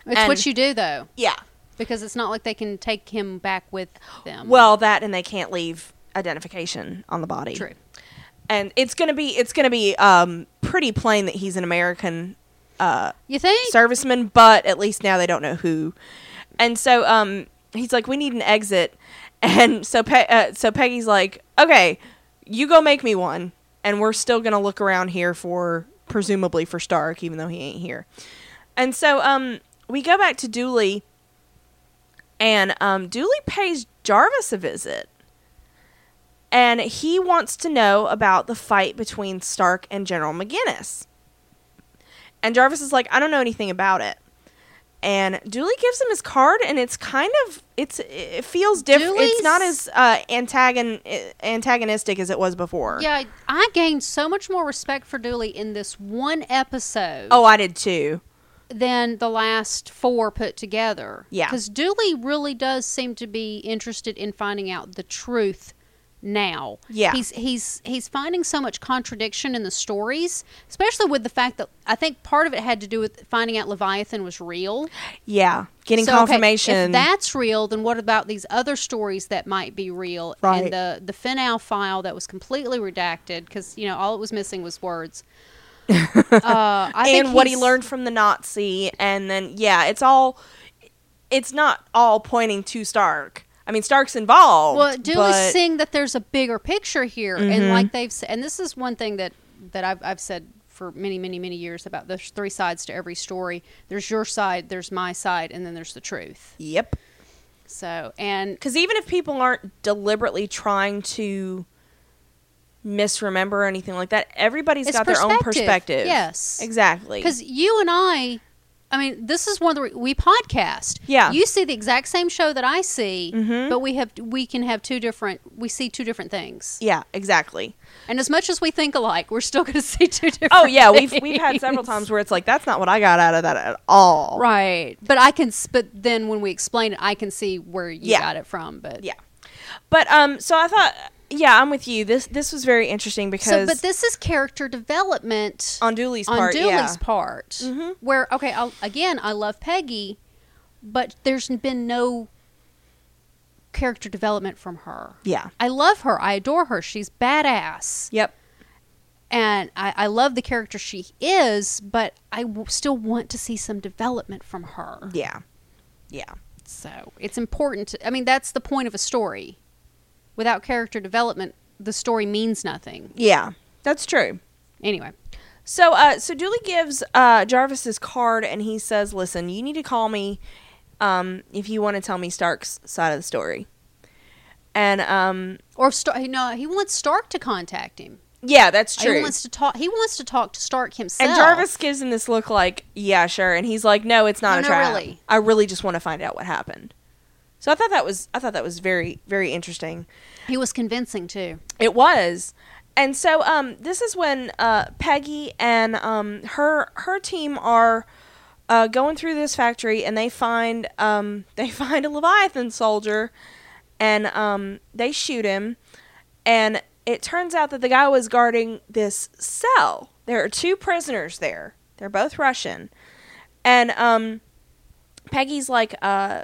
[SPEAKER 2] It's
[SPEAKER 1] And-
[SPEAKER 2] what you do though,
[SPEAKER 1] Yeah.
[SPEAKER 2] because it's not like they can take him back with them.
[SPEAKER 1] Well, that and they can't leave identification on the body.
[SPEAKER 2] true.
[SPEAKER 1] And it's gonna be it's gonna be um, pretty plain that he's an American uh,
[SPEAKER 2] You think?
[SPEAKER 1] servicemen, but at least now they don't know who. And so um, he's like, we need an exit. And so Pe- uh, so Peggy's like, okay, you go make me one, and we're still gonna look around here for presumably for Stark, even though he ain't here. And so um, we go back to Dooley, and um, Dooley pays Jarvis a visit. And he wants to know about the fight between Stark and General McGinnis. And Jarvis is like, I don't know anything about it. And Dooley gives him his card, and it's kind of it's it feels different.
[SPEAKER 2] Dooley's-
[SPEAKER 1] It's not as uh, antagon eh, antagonistic as it was before.
[SPEAKER 2] Yeah, I gained so much more respect for Dooley in this one episode
[SPEAKER 1] Oh, I did too.
[SPEAKER 2] than the last four put together.
[SPEAKER 1] Yeah.
[SPEAKER 2] Because Dooley really does seem to be interested in finding out the truth now.
[SPEAKER 1] Yeah.
[SPEAKER 2] He's he's he's finding so much contradiction in the stories, especially with the fact that I think part of it had to do with finding out Leviathan was real.
[SPEAKER 1] Yeah, getting
[SPEAKER 2] So, okay,
[SPEAKER 1] confirmation.
[SPEAKER 2] if that's real, then what about these other stories that might be real?
[SPEAKER 1] Right.
[SPEAKER 2] And the the Finale file that was completely redacted because you know all it was missing was words. uh, I think
[SPEAKER 1] and what he
[SPEAKER 2] he's-
[SPEAKER 1] learned from the Nazi, and then yeah, it's all. It's not all pointing to Stark. I mean, Stark's involved.
[SPEAKER 2] Well, Dooley's
[SPEAKER 1] but- Mm-hmm.
[SPEAKER 2] seeing that there's a bigger picture here, and like they've s- and this is one thing that that I've I've said for many many many years about there's three sides to every story. There's your side, there's my side, and then there's the truth.
[SPEAKER 1] Yep.
[SPEAKER 2] So and
[SPEAKER 1] Because even if people aren't deliberately trying to misremember or anything like that, everybody's
[SPEAKER 2] It's
[SPEAKER 1] got their own
[SPEAKER 2] perspective.
[SPEAKER 1] perspective.
[SPEAKER 2] Yes.
[SPEAKER 1] exactly.
[SPEAKER 2] Because you and I, I mean, this is one of the re- we podcast.
[SPEAKER 1] Yeah. Mm-hmm.
[SPEAKER 2] you see the exact same show that I see, but we have we can have two different we see two different things.
[SPEAKER 1] yeah, exactly.
[SPEAKER 2] And as much as we think alike, we're still going to see two different.
[SPEAKER 1] Oh yeah, we've we've had
[SPEAKER 2] things.
[SPEAKER 1] several times where it's like that's not what I got out of that at all.
[SPEAKER 2] Right, but I can. s- But then when we explain it, I can see where you
[SPEAKER 1] Yeah.
[SPEAKER 2] got it from. But
[SPEAKER 1] Yeah. But um, so I thought, yeah, I'm with you. This this was very interesting
[SPEAKER 2] So,
[SPEAKER 1] because
[SPEAKER 2] but this is character development
[SPEAKER 1] on Dooley's part,
[SPEAKER 2] on Dooley's
[SPEAKER 1] yeah. Mm-hmm.
[SPEAKER 2] part, where okay, I'll, again, I love Peggy, but there's been no character development from her.
[SPEAKER 1] yeah.
[SPEAKER 2] I love her. I adore her. She's badass.
[SPEAKER 1] Yep.
[SPEAKER 2] and I, I love the character she is, but I w- still want to see some development from her.
[SPEAKER 1] Yeah. Yeah.
[SPEAKER 2] So it's important. To, I mean, that's the point of a story. Without character development, the story means nothing.
[SPEAKER 1] Yeah. That's true.
[SPEAKER 2] Anyway,
[SPEAKER 1] So, uh, so Dooley gives uh, Jarvis his card, and he says, "Listen, you need to call me um, if you want to tell me Stark's side of the story." And um,
[SPEAKER 2] or Star- no, he wants Stark to contact him.
[SPEAKER 1] yeah, that's
[SPEAKER 2] He
[SPEAKER 1] true.
[SPEAKER 2] wants to talk. He wants to talk to Stark himself.
[SPEAKER 1] and Jarvis gives him this look like, "Yeah, sure," and he's like, "No, it's not
[SPEAKER 2] Oh, No,
[SPEAKER 1] a
[SPEAKER 2] no,
[SPEAKER 1] trap.
[SPEAKER 2] really."
[SPEAKER 1] I really just want to find out what happened." So I thought that was I thought that was very very interesting.
[SPEAKER 2] he was convincing too.
[SPEAKER 1] It was. And so um, this is when uh, Peggy and um, her her team are uh, going through this factory and they find um, they find a Leviathan soldier and um, they shoot him and it turns out that the guy was guarding this cell. There are two prisoners there. They're both Russian. And um, Peggy's like uh,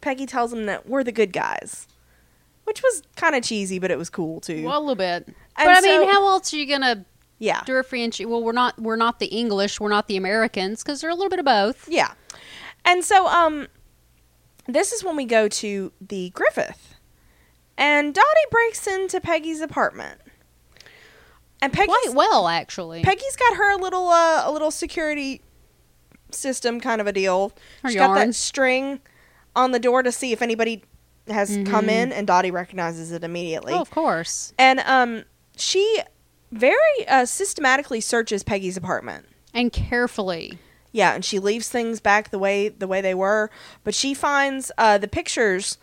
[SPEAKER 1] Peggy tells him that we're the good guys. Which was kind of cheesy, but it was cool too.
[SPEAKER 2] Well, a little bit.
[SPEAKER 1] And
[SPEAKER 2] but I mean,
[SPEAKER 1] so-
[SPEAKER 2] how else are you gonna
[SPEAKER 1] Yeah.
[SPEAKER 2] differentiate? Well, we're not. We're not the English. We're not the Americans because they're a little bit of both.
[SPEAKER 1] Yeah. And so um this is when we go to the Griffith. And Dottie breaks into Peggy's apartment. And
[SPEAKER 2] Quite
[SPEAKER 1] Peggy's,
[SPEAKER 2] well, actually.
[SPEAKER 1] Peggy's got her little uh, a little security system kind of a deal.
[SPEAKER 2] Her
[SPEAKER 1] She's got
[SPEAKER 2] yarn.
[SPEAKER 1] that string on the door to see if anybody has come in and Dottie recognizes it immediately.
[SPEAKER 2] Mm-hmm. oh, of course.
[SPEAKER 1] And um she very uh, systematically searches Peggy's apartment.
[SPEAKER 2] And carefully.
[SPEAKER 1] Yeah, and she leaves things back the way the way they were, but she finds uh, the pictures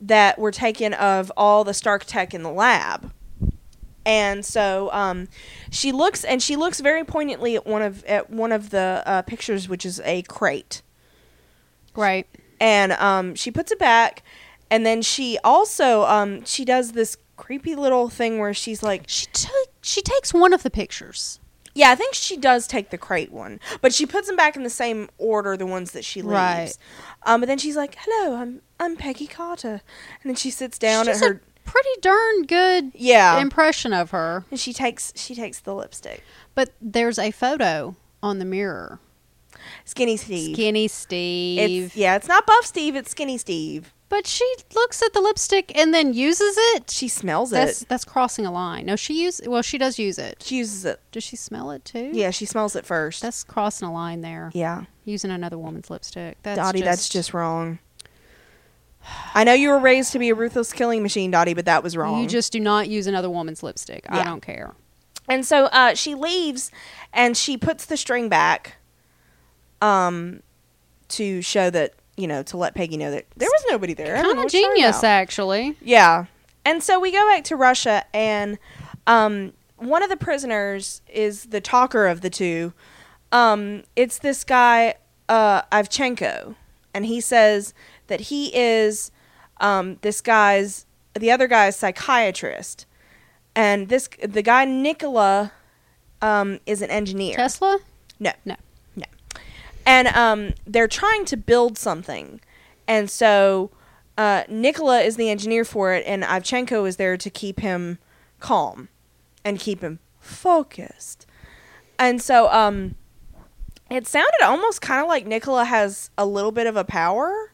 [SPEAKER 1] that were taken of all the Stark tech in the lab, and so um, she looks and she looks very poignantly at one of at one of the uh, pictures, which is a crate,
[SPEAKER 2] Right.
[SPEAKER 1] and um, she puts it back, and then she also um, she does this creepy little thing where she's like,
[SPEAKER 2] She t- she takes one of the pictures.
[SPEAKER 1] yeah, I think she does take the crate one, but she puts them back in the same order the ones that she leaves.
[SPEAKER 2] Right.
[SPEAKER 1] Um, but then she's like, "Hello, I'm I'm Peggy Carter," and then she sits down
[SPEAKER 2] she
[SPEAKER 1] at
[SPEAKER 2] does a
[SPEAKER 1] her
[SPEAKER 2] pretty darn good
[SPEAKER 1] yeah,
[SPEAKER 2] impression of her.
[SPEAKER 1] and she takes she takes the lipstick.
[SPEAKER 2] But there's a photo on the mirror.
[SPEAKER 1] Skinny Steve.
[SPEAKER 2] Skinny Steve.
[SPEAKER 1] It's, yeah, it's not Buff Steve. It's Skinny Steve.
[SPEAKER 2] But she looks at the lipstick and then uses it.
[SPEAKER 1] She smells
[SPEAKER 2] That's
[SPEAKER 1] it.
[SPEAKER 2] that's crossing a line. No, she use well, she does use it.
[SPEAKER 1] She uses it.
[SPEAKER 2] Does she smell it too?
[SPEAKER 1] Yeah, she smells it first.
[SPEAKER 2] Mm-hmm. That's crossing a line there.
[SPEAKER 1] yeah,
[SPEAKER 2] Using another woman's lipstick. That's
[SPEAKER 1] Dottie,
[SPEAKER 2] just,
[SPEAKER 1] that's just wrong. I know you were raised to be a ruthless killing machine, Dottie, but that was wrong.
[SPEAKER 2] you just do not use another woman's lipstick. I
[SPEAKER 1] Yeah.
[SPEAKER 2] don't care.
[SPEAKER 1] And so uh, she leaves and she puts the string back um, to show that, you know, to let Peggy know that there was nobody there. I don't
[SPEAKER 2] Kind
[SPEAKER 1] know
[SPEAKER 2] of
[SPEAKER 1] what you're talking
[SPEAKER 2] genius,
[SPEAKER 1] about.
[SPEAKER 2] actually.
[SPEAKER 1] Yeah. And so we go back to Russia and um, one of the prisoners is the talker of the two. Um, it's this guy, uh, Ivchenko. And he says that he is um, this guy's, the other guy's psychiatrist. And this, the guy, Nicola, um, is an engineer.
[SPEAKER 2] Tesla?
[SPEAKER 1] No.
[SPEAKER 2] No.
[SPEAKER 1] No. And um, they're trying to build something. And so uh, Nikola is the engineer for it, and Ivchenko is there to keep him calm and keep him focused. And so um, it sounded almost kind of like Nikola has a little bit of a power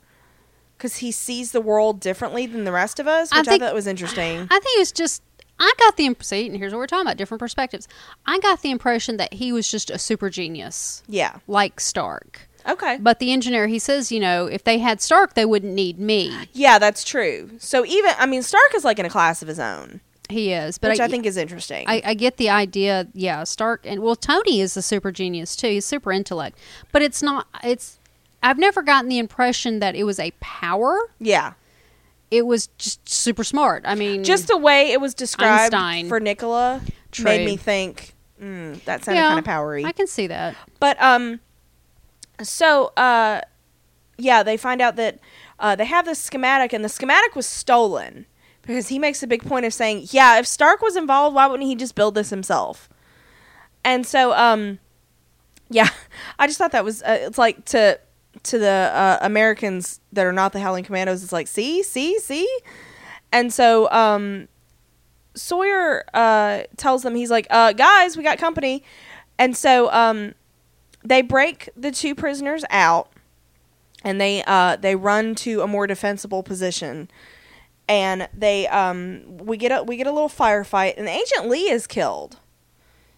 [SPEAKER 1] because he sees the world differently than the rest of us,
[SPEAKER 2] I
[SPEAKER 1] which I,
[SPEAKER 2] think-
[SPEAKER 1] thought was interesting.
[SPEAKER 2] I think it was just I got the impression. and here's what we're talking about: different perspectives. I got the impression that he was just a super genius,
[SPEAKER 1] yeah.
[SPEAKER 2] like Stark.
[SPEAKER 1] Okay.
[SPEAKER 2] But the engineer, he says, you know, if they had Stark, they wouldn't need me.
[SPEAKER 1] yeah, that's true. So even, I mean, Stark is like in a class of his own,
[SPEAKER 2] He is, but
[SPEAKER 1] which I, think is interesting.
[SPEAKER 2] I, I get the idea. Yeah, Stark and well, Tony is a super genius too. He's super intellect, but it's not. It's I've never gotten the impression that it was a power.
[SPEAKER 1] yeah.
[SPEAKER 2] It was just super smart. I mean,
[SPEAKER 1] just the way it was described
[SPEAKER 2] Mm. Einstein.
[SPEAKER 1] for Nicola
[SPEAKER 2] True.
[SPEAKER 1] made me think mm, that sounded kind of powery.
[SPEAKER 2] I can see that.
[SPEAKER 1] but um, so uh, yeah, they find out that uh, they have this schematic, and the schematic was stolen because he makes a big point of saying, "Yeah, if Stark was involved, why wouldn't he just build this himself?" And so um, yeah, I just thought that was uh, it's like to to the uh, Americans that are not the Howling Commandos. It's like see, see, see, and so um, Sawyer uh, tells them he's like, uh, "Guys, we got company," and so um, they break the two prisoners out, and they uh, they run to a more defensible position, and they um, we get a we get a little firefight, and Agent Lee is killed.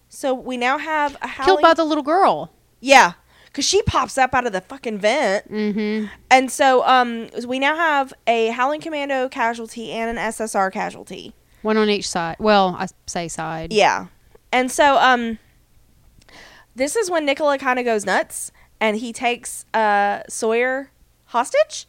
[SPEAKER 1] So we now have a
[SPEAKER 2] Killed by the little girl.
[SPEAKER 1] yeah, because she pops up out of the fucking vent.
[SPEAKER 2] Mm-hmm.
[SPEAKER 1] And so um, we now have a Howling Commando casualty and an SSR casualty.
[SPEAKER 2] One on each side. Well, I say side.
[SPEAKER 1] Yeah. And so um, this is when Nicola kind of goes nuts and he takes uh, Sawyer hostage.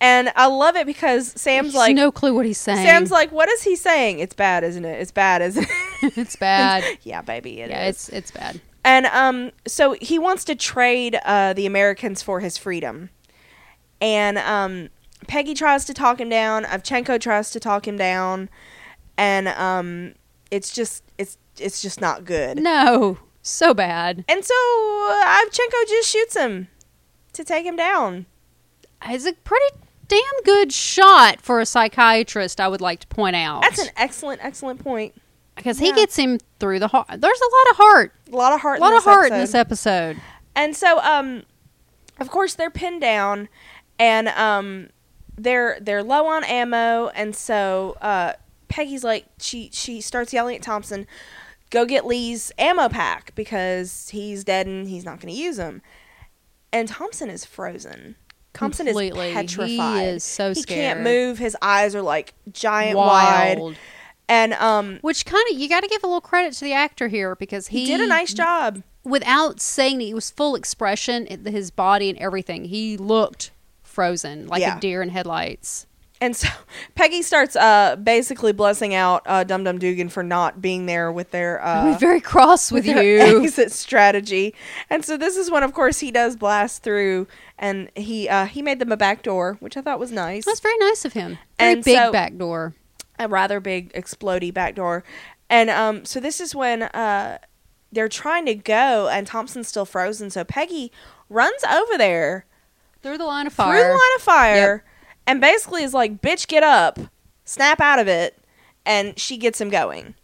[SPEAKER 1] And I love it because Sam's
[SPEAKER 2] He's
[SPEAKER 1] like,
[SPEAKER 2] no clue what he's saying.
[SPEAKER 1] Sam's like, what is he saying? It's bad, isn't it? It's bad, isn't it?
[SPEAKER 2] it's bad.
[SPEAKER 1] yeah, baby, it is.
[SPEAKER 2] yeah, it's it's bad.
[SPEAKER 1] And um, so he wants to trade uh, the Americans for his freedom. And um, Peggy tries to talk him down. Avchenko tries to talk him down, and um, it's just it's it's just not good.
[SPEAKER 2] No, so bad.
[SPEAKER 1] And so uh, Avchenko just shoots him to take him down.
[SPEAKER 2] It's a pretty damn good shot for a psychiatrist. I would like to point out
[SPEAKER 1] That's an excellent excellent point.
[SPEAKER 2] because
[SPEAKER 1] yeah.
[SPEAKER 2] he gets him through the heart. There's a lot of heart,
[SPEAKER 1] A lot of heart.
[SPEAKER 2] a lot
[SPEAKER 1] in
[SPEAKER 2] of
[SPEAKER 1] this
[SPEAKER 2] heart in
[SPEAKER 1] episode.
[SPEAKER 2] this episode.
[SPEAKER 1] And so, um, of course, they're pinned down, and um, they're they're low on ammo, and so uh, Peggy's like she she starts yelling at Thompson, "Go get Lee's ammo pack because he's dead and he's not going to use them." And Thompson is frozen. Thompson is
[SPEAKER 2] Completely. He
[SPEAKER 1] petrified.
[SPEAKER 2] is so
[SPEAKER 1] He can't
[SPEAKER 2] scared.
[SPEAKER 1] move. His eyes are like giant wide,
[SPEAKER 2] Wild.
[SPEAKER 1] and um,
[SPEAKER 2] Which kind of you got to give a little credit to the actor here because
[SPEAKER 1] he
[SPEAKER 2] he,
[SPEAKER 1] did a nice job.
[SPEAKER 2] without saying that he was full expression, it- his body and everything. He looked frozen like
[SPEAKER 1] Yeah.
[SPEAKER 2] a deer in headlights.
[SPEAKER 1] And so Peggy starts uh, basically blessing out uh, Dum Dum Dugan for not being there with their
[SPEAKER 2] I'm
[SPEAKER 1] uh,
[SPEAKER 2] very cross with
[SPEAKER 1] their
[SPEAKER 2] you.
[SPEAKER 1] exit strategy. And so this is when, of course, he does blast through, and he uh, he made them a back door, which I thought was nice,
[SPEAKER 2] That's very nice of him. Very
[SPEAKER 1] And
[SPEAKER 2] big
[SPEAKER 1] so-
[SPEAKER 2] back door.
[SPEAKER 1] a rather big explodey back door. And um, so this is when uh, they're trying to go, and Thompson's still frozen. So Peggy runs over there
[SPEAKER 2] Through the line of
[SPEAKER 1] through
[SPEAKER 2] fire.
[SPEAKER 1] the line of fire, and basically is like, "Bitch, get up, snap out of it," and she gets him going.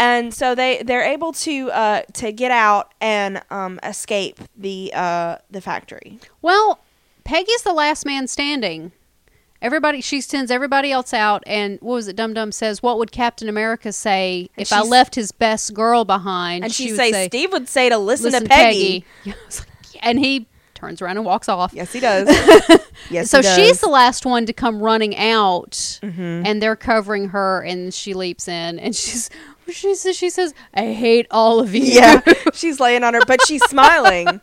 [SPEAKER 1] And so they they're able to uh, to get out and um, escape the uh, the factory.
[SPEAKER 2] Well, Peggy's the last man standing. Everybody, she sends everybody else out, and what was it? Dum Dum says, "What would Captain America say if I
[SPEAKER 1] she's-
[SPEAKER 2] left his best girl behind?"
[SPEAKER 1] And she,
[SPEAKER 2] would
[SPEAKER 1] says, "Steve would say to listen, to Peggy."
[SPEAKER 2] Yeah, I was like, and he turns around and walks off.
[SPEAKER 1] Yes, he does. yes,
[SPEAKER 2] so
[SPEAKER 1] he does. Mm-hmm.
[SPEAKER 2] she's the last one to come running out, and they're covering her, and she leaps in, and she's she says she says, "I hate all of you."
[SPEAKER 1] yeah. She's laying on her, but she's smiling.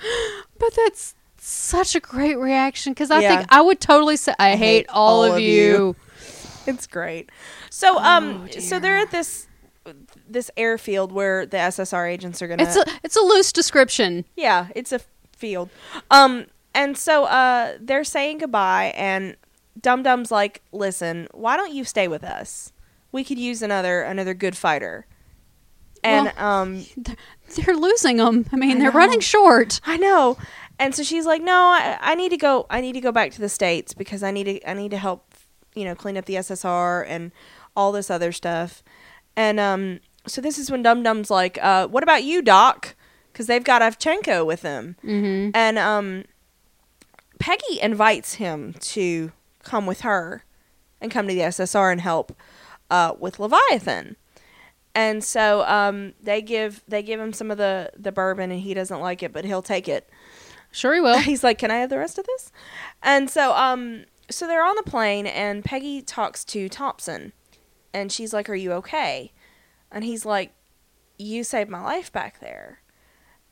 [SPEAKER 2] But that's such a great reaction because I
[SPEAKER 1] Yeah.
[SPEAKER 2] think I would totally say, "I, hate, all, of you.
[SPEAKER 1] It's great. So um,
[SPEAKER 2] Oh,
[SPEAKER 1] so they're at this this airfield where the SSR agents are gonna.
[SPEAKER 2] It's a it's a loose description.
[SPEAKER 1] Yeah, it's a field. Um, and so uh, they're saying goodbye, and Dum Dum's like, "Listen, why don't you stay with us? We could use another another good fighter." And um,
[SPEAKER 2] They're, they're losing them. I mean,
[SPEAKER 1] I
[SPEAKER 2] they're
[SPEAKER 1] know.
[SPEAKER 2] running short.
[SPEAKER 1] I know. And so she's like, "No, I, I need to go. I need to go back to the states because I need to. I need to help, you know, clean up the SSR and all this other stuff." And um, so this is when Dum Dum's like, uh, "What about you, Doc? Because they've got Avchenko with them."
[SPEAKER 2] Mm-hmm.
[SPEAKER 1] And um, Peggy invites him to come with her and come to the SSR and help uh, with Leviathan. And so um, they give they give him some of the the bourbon, and he doesn't like it, but he'll take it.
[SPEAKER 2] Sure, he will.
[SPEAKER 1] He's like, "Can I have the rest of this?" And so um, so they're on the plane, and Peggy talks to Thompson, and she's like, "Are you okay?" And he's like, "You saved my life back there."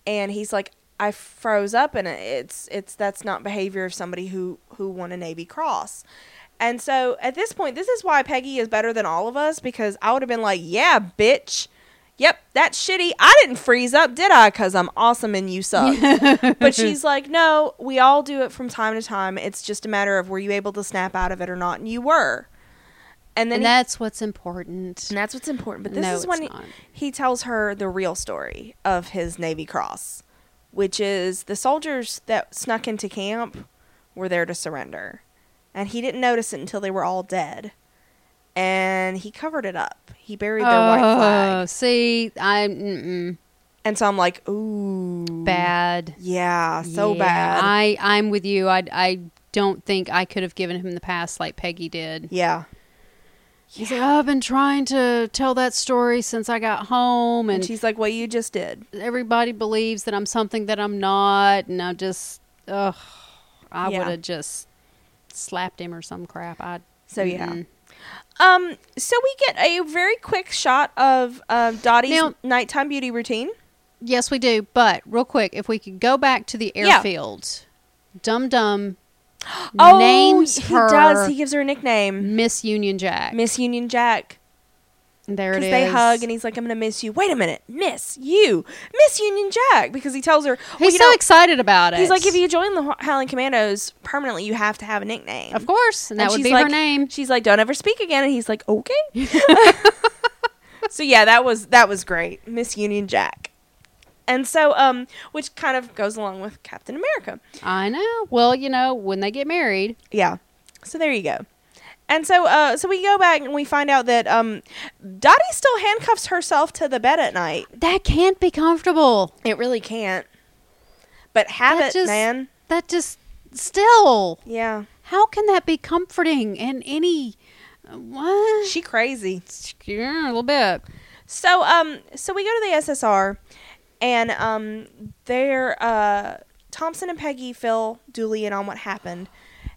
[SPEAKER 1] And he's like, "I froze up, and it's it's that's not behavior of somebody who who won a Navy Cross." And so at this point, this is why Peggy is better than all of us because I would have been like, "Yeah, bitch." Yep, that's shitty. I didn't freeze up, did I? Because I'm awesome and you suck. but she's like, no, we all do it from time to time. It's just a matter of were you able to snap out of it or not, and you were. And then
[SPEAKER 2] and
[SPEAKER 1] he-
[SPEAKER 2] that's what's important.
[SPEAKER 1] and that's what's important. But this
[SPEAKER 2] No,
[SPEAKER 1] is when
[SPEAKER 2] it's
[SPEAKER 1] he,
[SPEAKER 2] not.
[SPEAKER 1] he tells her the real story of his Navy Cross, which is the soldiers that snuck into camp were there to surrender. And he didn't notice it until they were all dead. and he covered it up. He buried their white flag.
[SPEAKER 2] Oh, see, I mm-mm,
[SPEAKER 1] And so I'm like, ooh.
[SPEAKER 2] bad.
[SPEAKER 1] Yeah, Mm. so
[SPEAKER 2] Yeah,
[SPEAKER 1] bad.
[SPEAKER 2] I I'm with you. I I don't think I could have given him the pass like Peggy did.
[SPEAKER 1] yeah.
[SPEAKER 2] He's like, "Oh, I've been trying to tell that story since I got home,
[SPEAKER 1] And
[SPEAKER 2] and
[SPEAKER 1] she's like, well, you just did.
[SPEAKER 2] everybody believes that I'm something that I'm not, and I just, ugh, I
[SPEAKER 1] Yeah.
[SPEAKER 2] would have just slapped him or some crap. I
[SPEAKER 1] So, yeah.
[SPEAKER 2] mm-mm.
[SPEAKER 1] Um, so we get a very quick shot of uh, Dottie's
[SPEAKER 2] Now-
[SPEAKER 1] nighttime beauty routine.
[SPEAKER 2] Yes, we do. But real quick, if we could go back to the
[SPEAKER 1] Yeah.
[SPEAKER 2] airfield, Dum Dum
[SPEAKER 1] Oh,
[SPEAKER 2] names
[SPEAKER 1] he
[SPEAKER 2] her
[SPEAKER 1] does. He gives her a nickname,
[SPEAKER 2] Miss Union Jack.
[SPEAKER 1] Miss Union Jack,
[SPEAKER 2] there it
[SPEAKER 1] because
[SPEAKER 2] is.
[SPEAKER 1] they hug and he's like, "I'm gonna miss you." Wait a minute, miss you, Miss Union Jack, because he tells her well,
[SPEAKER 2] he's
[SPEAKER 1] you
[SPEAKER 2] so
[SPEAKER 1] know,
[SPEAKER 2] excited about it.
[SPEAKER 1] He's like, "If you join the Ho- Howling Commandos permanently, you have to have a nickname."
[SPEAKER 2] Of course, and that
[SPEAKER 1] And
[SPEAKER 2] would
[SPEAKER 1] she's
[SPEAKER 2] be
[SPEAKER 1] like,
[SPEAKER 2] her name.
[SPEAKER 1] She's like, "Don't ever speak again," and he's like, "Okay." so yeah, that was that was great, Miss Union Jack, and so um, which kind of goes along with Captain America.
[SPEAKER 2] I know. Well, you know, when they get married,
[SPEAKER 1] Yeah. So there you go. And so uh, so we go back and we find out that um, Dottie still handcuffs herself to the bed at night.
[SPEAKER 2] that can't be comfortable.
[SPEAKER 1] It really can't. But have
[SPEAKER 2] That
[SPEAKER 1] it,
[SPEAKER 2] just-
[SPEAKER 1] man.
[SPEAKER 2] That just still.
[SPEAKER 1] Yeah.
[SPEAKER 2] How can that be comforting in any what?
[SPEAKER 1] She crazy.
[SPEAKER 2] Yeah, a little bit.
[SPEAKER 1] So um so we go to the SSR and um there uh Thompson and Peggy fill Dooley in on what happened.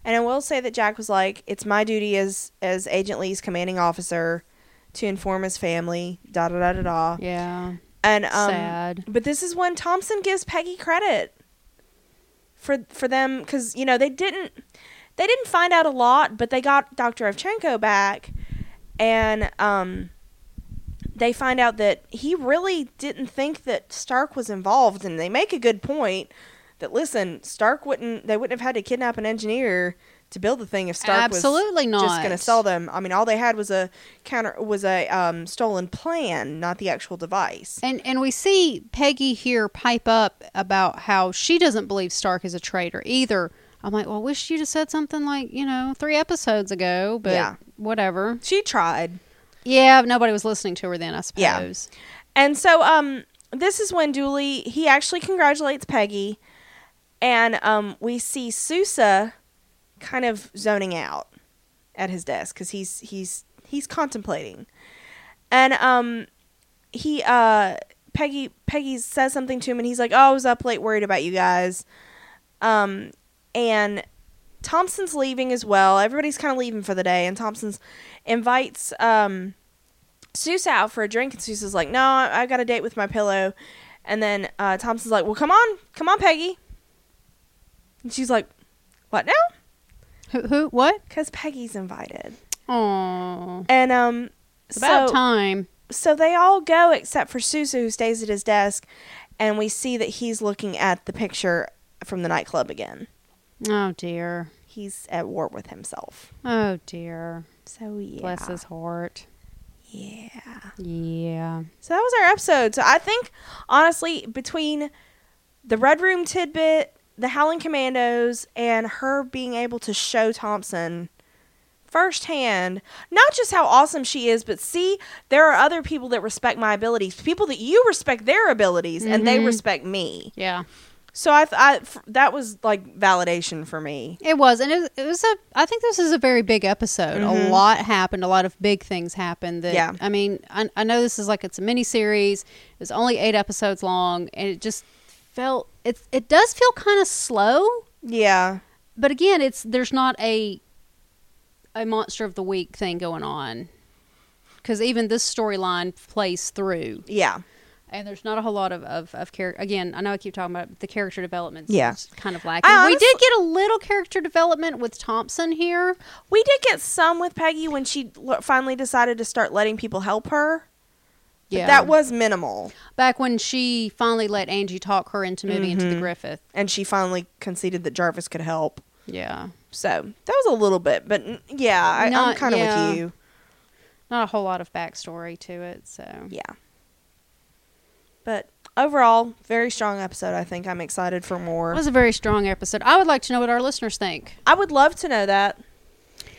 [SPEAKER 1] And I will say that Jack was like, It's my duty as as Agent Lee's commanding officer to inform his family, da da da da da.
[SPEAKER 2] Yeah.
[SPEAKER 1] And um,
[SPEAKER 2] Sad.
[SPEAKER 1] But this is when Thompson gives Peggy credit for for them because you know they didn't they didn't find out a lot, but they got Doctor Ovchenko back, and um, they find out that he really didn't think that Stark was involved, and they make a good point that listen, Stark wouldn't they wouldn't have had to kidnap an engineer to build the thing if Stark
[SPEAKER 2] Absolutely
[SPEAKER 1] was
[SPEAKER 2] not.
[SPEAKER 1] just going to sell them. I mean, all they had was a counter was a um, stolen plan, not the actual device.
[SPEAKER 2] And and we see Peggy here pipe up about how she doesn't believe Stark is a traitor either. I'm like, well, I wish you'd have said something like, you know, three episodes ago, but
[SPEAKER 1] Yeah.
[SPEAKER 2] whatever.
[SPEAKER 1] She tried.
[SPEAKER 2] Yeah, nobody was listening to her then, I
[SPEAKER 1] Yeah.
[SPEAKER 2] suppose.
[SPEAKER 1] And so um this is when Dooley he actually congratulates Peggy and um we see Sousa kind of zoning out at his desk cuz he's he's he's contemplating. And um he uh Peggy Peggy says something to him and he's like, "Oh, I was up late worried about you guys." Um and Thompson's leaving as well. Everybody's kind of leaving for the day and Thompson's invites um Sousa out for a drink, and Sousa's like, "No, I, I got a date with my pillow." And then uh, Thompson's like, "Well, come on, come on, Peggy." And she's like, "What now?"
[SPEAKER 2] Who, who what?
[SPEAKER 1] Because Peggy's invited,
[SPEAKER 2] Oh.
[SPEAKER 1] and um,
[SPEAKER 2] It's about
[SPEAKER 1] so
[SPEAKER 2] time.
[SPEAKER 1] so they all go except for Sousa, who stays at his desk, and we see that he's looking at the picture from the nightclub again.
[SPEAKER 2] Oh dear.
[SPEAKER 1] He's at war with himself.
[SPEAKER 2] Oh dear.
[SPEAKER 1] So yeah,
[SPEAKER 2] Bless his heart.
[SPEAKER 1] yeah.
[SPEAKER 2] Yeah.
[SPEAKER 1] So that was our episode. So I think honestly, between the Red Room tidbit, the Howling Commandos, and her being able to show Thompson firsthand not just how awesome she is, but see there are other people that respect my abilities, people that you respect their abilities, and they
[SPEAKER 2] Mhm.
[SPEAKER 1] respect me.
[SPEAKER 2] Yeah.
[SPEAKER 1] So I, th- I f- that was like validation for me.
[SPEAKER 2] It was, and it was, it was a. I think this is a very big episode. A lot happened. A lot of big things happened. That
[SPEAKER 1] Yeah.
[SPEAKER 2] I mean, I, I know this is like it's a mini series. It was only eight episodes long, and it just felt it. It does feel kind of slow,
[SPEAKER 1] Yeah,
[SPEAKER 2] but again, it's there's not a a monster of the week thing going on because even this storyline plays through.
[SPEAKER 1] yeah,
[SPEAKER 2] And there's not a whole lot of of, of character. Again, I know I keep talking about it, the character development.
[SPEAKER 1] Yeah.
[SPEAKER 2] kind of lacking.
[SPEAKER 1] I
[SPEAKER 2] we
[SPEAKER 1] honestly-
[SPEAKER 2] did get a little character development with Thompson here.
[SPEAKER 1] we did get some with Peggy when she l- finally decided to start letting people help her. But
[SPEAKER 2] Yeah,
[SPEAKER 1] that was minimal.
[SPEAKER 2] back when she finally let Angie talk her into moving into
[SPEAKER 1] Mm-hmm.
[SPEAKER 2] the Griffith.
[SPEAKER 1] and she finally conceded that Jarvis could help.
[SPEAKER 2] Yeah,
[SPEAKER 1] So that was a little bit, but n- yeah, I, I'm
[SPEAKER 2] Not-
[SPEAKER 1] kind of
[SPEAKER 2] yeah.
[SPEAKER 1] with you.
[SPEAKER 2] not a whole lot of backstory to it. So
[SPEAKER 1] Yeah. But overall, very strong episode. I think I'm excited for
[SPEAKER 2] it
[SPEAKER 1] more.
[SPEAKER 2] was a very strong episode. I would like to know what our listeners think.
[SPEAKER 1] I would love to know that.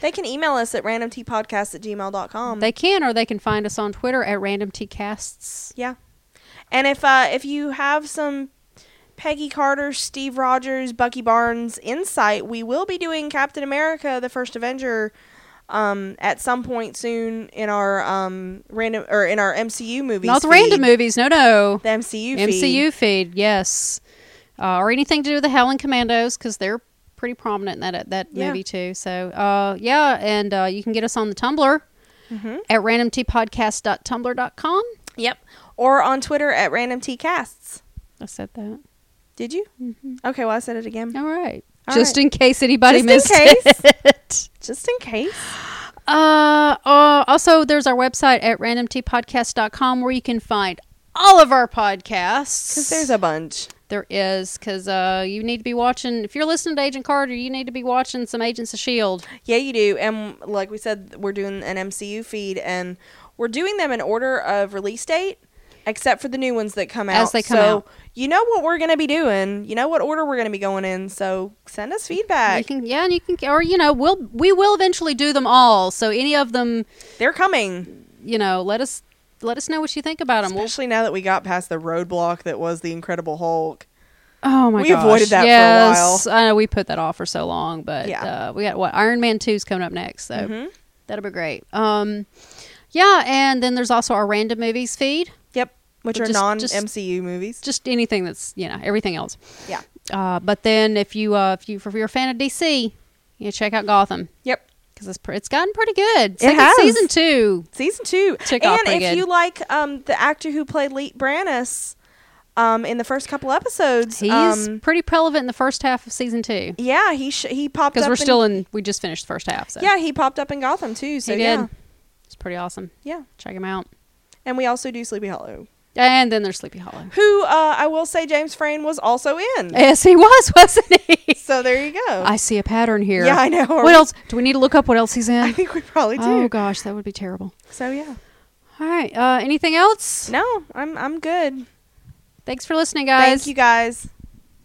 [SPEAKER 1] They can email us at randomtpodcast at gmail.com.
[SPEAKER 2] They can, or they can find us on Twitter at randomtcasts.
[SPEAKER 1] yeah. And if uh, if you have some Peggy Carter, Steve Rogers, Bucky Barnes insight, we will be doing Captain America: The First Avenger um, at some point soon in our um, random or in our MCU movies.
[SPEAKER 2] Not the
[SPEAKER 1] feed.
[SPEAKER 2] random movies. No, no.
[SPEAKER 1] The MCU. Feed.
[SPEAKER 2] MCU feed, yes, uh, or anything to do with the Howling Commandos because they're pretty prominent in that that
[SPEAKER 1] Yeah.
[SPEAKER 2] movie too. So uh, yeah, and uh, you can get us on the Tumblr at randomtpodcast.tumblr.com.
[SPEAKER 1] Mm-hmm. Yep. Or on Twitter at randomtcasts.
[SPEAKER 2] I said that.
[SPEAKER 1] Did you? Okay. Well, I said it again.
[SPEAKER 2] All right.
[SPEAKER 1] All
[SPEAKER 2] Just
[SPEAKER 1] right.
[SPEAKER 2] in case anybody
[SPEAKER 1] Just
[SPEAKER 2] missed
[SPEAKER 1] in case.
[SPEAKER 2] it.
[SPEAKER 1] Just in case.
[SPEAKER 2] Uh, uh, also, there's our website at randomtpodcast.com where you can find all of our podcasts.
[SPEAKER 1] Because there's a bunch.
[SPEAKER 2] There is, because uh, you need to be watching. If you're listening to Agent Carter, you need to be watching some Agents of S.H.I.E.L.D.
[SPEAKER 1] Yeah, you do. And like we said, we're doing an MCU feed, and we're doing them in order of release date, except for the new ones that come out.
[SPEAKER 2] As they come
[SPEAKER 1] so
[SPEAKER 2] out.
[SPEAKER 1] you know what we're gonna be doing. You know what order we're gonna be going in. So send us
[SPEAKER 2] You
[SPEAKER 1] feedback.
[SPEAKER 2] can, yeah, and you can, or you know, we'll we will eventually do them all. So any of them,
[SPEAKER 1] They're coming,
[SPEAKER 2] you know, let us let us know what you think about them. We'll,
[SPEAKER 1] especially now that we got past the roadblock that was the Incredible Hulk.
[SPEAKER 2] oh my
[SPEAKER 1] we
[SPEAKER 2] gosh,
[SPEAKER 1] avoided that for a
[SPEAKER 2] yes, I know we put that off for so long, but
[SPEAKER 1] Yeah. Mm-hmm.
[SPEAKER 2] uh, we got what Iron Man two's coming up next, so that'll be great. Um, yeah, and then there's also our random movies feed,
[SPEAKER 1] Yep, which
[SPEAKER 2] But
[SPEAKER 1] are
[SPEAKER 2] just-
[SPEAKER 1] non
[SPEAKER 2] just-
[SPEAKER 1] MCU movies.
[SPEAKER 2] just anything that's you know everything else.
[SPEAKER 1] yeah.
[SPEAKER 2] Uh, but then if you uh, if you if you're a fan of DC, you check out Gotham
[SPEAKER 1] Yep.
[SPEAKER 2] because it's pre- it's gotten pretty good.
[SPEAKER 1] It
[SPEAKER 2] Second
[SPEAKER 1] has.
[SPEAKER 2] season two.
[SPEAKER 1] season two.
[SPEAKER 2] Took
[SPEAKER 1] and
[SPEAKER 2] off
[SPEAKER 1] if
[SPEAKER 2] pretty good.
[SPEAKER 1] you like um, the actor who played Lee Brannis um, in the first couple episodes,
[SPEAKER 2] He's
[SPEAKER 1] um,
[SPEAKER 2] pretty relevant in the first half of season two
[SPEAKER 1] yeah, he sh- he popped
[SPEAKER 2] because
[SPEAKER 1] up
[SPEAKER 2] we're still in. We just finished the first half. So
[SPEAKER 1] yeah he popped up in Gotham too. So
[SPEAKER 2] he did.
[SPEAKER 1] yeah,
[SPEAKER 2] It's pretty awesome.
[SPEAKER 1] yeah,
[SPEAKER 2] Check him out.
[SPEAKER 1] and we also do Sleepy Hollow,
[SPEAKER 2] And then there's Sleepy Hollow.
[SPEAKER 1] who uh, I will say James Frain was also in.
[SPEAKER 2] Yes, he was, wasn't he?
[SPEAKER 1] so there you go.
[SPEAKER 2] I see a pattern here.
[SPEAKER 1] Yeah, I know.
[SPEAKER 2] What else? Do we need to look up what else he's
[SPEAKER 1] I
[SPEAKER 2] in?
[SPEAKER 1] think we probably do.
[SPEAKER 2] Oh gosh, that would be terrible.
[SPEAKER 1] So yeah,
[SPEAKER 2] All right. Uh, anything else?
[SPEAKER 1] no, I'm I'm good.
[SPEAKER 2] Thanks for listening, guys.
[SPEAKER 1] Thank you guys.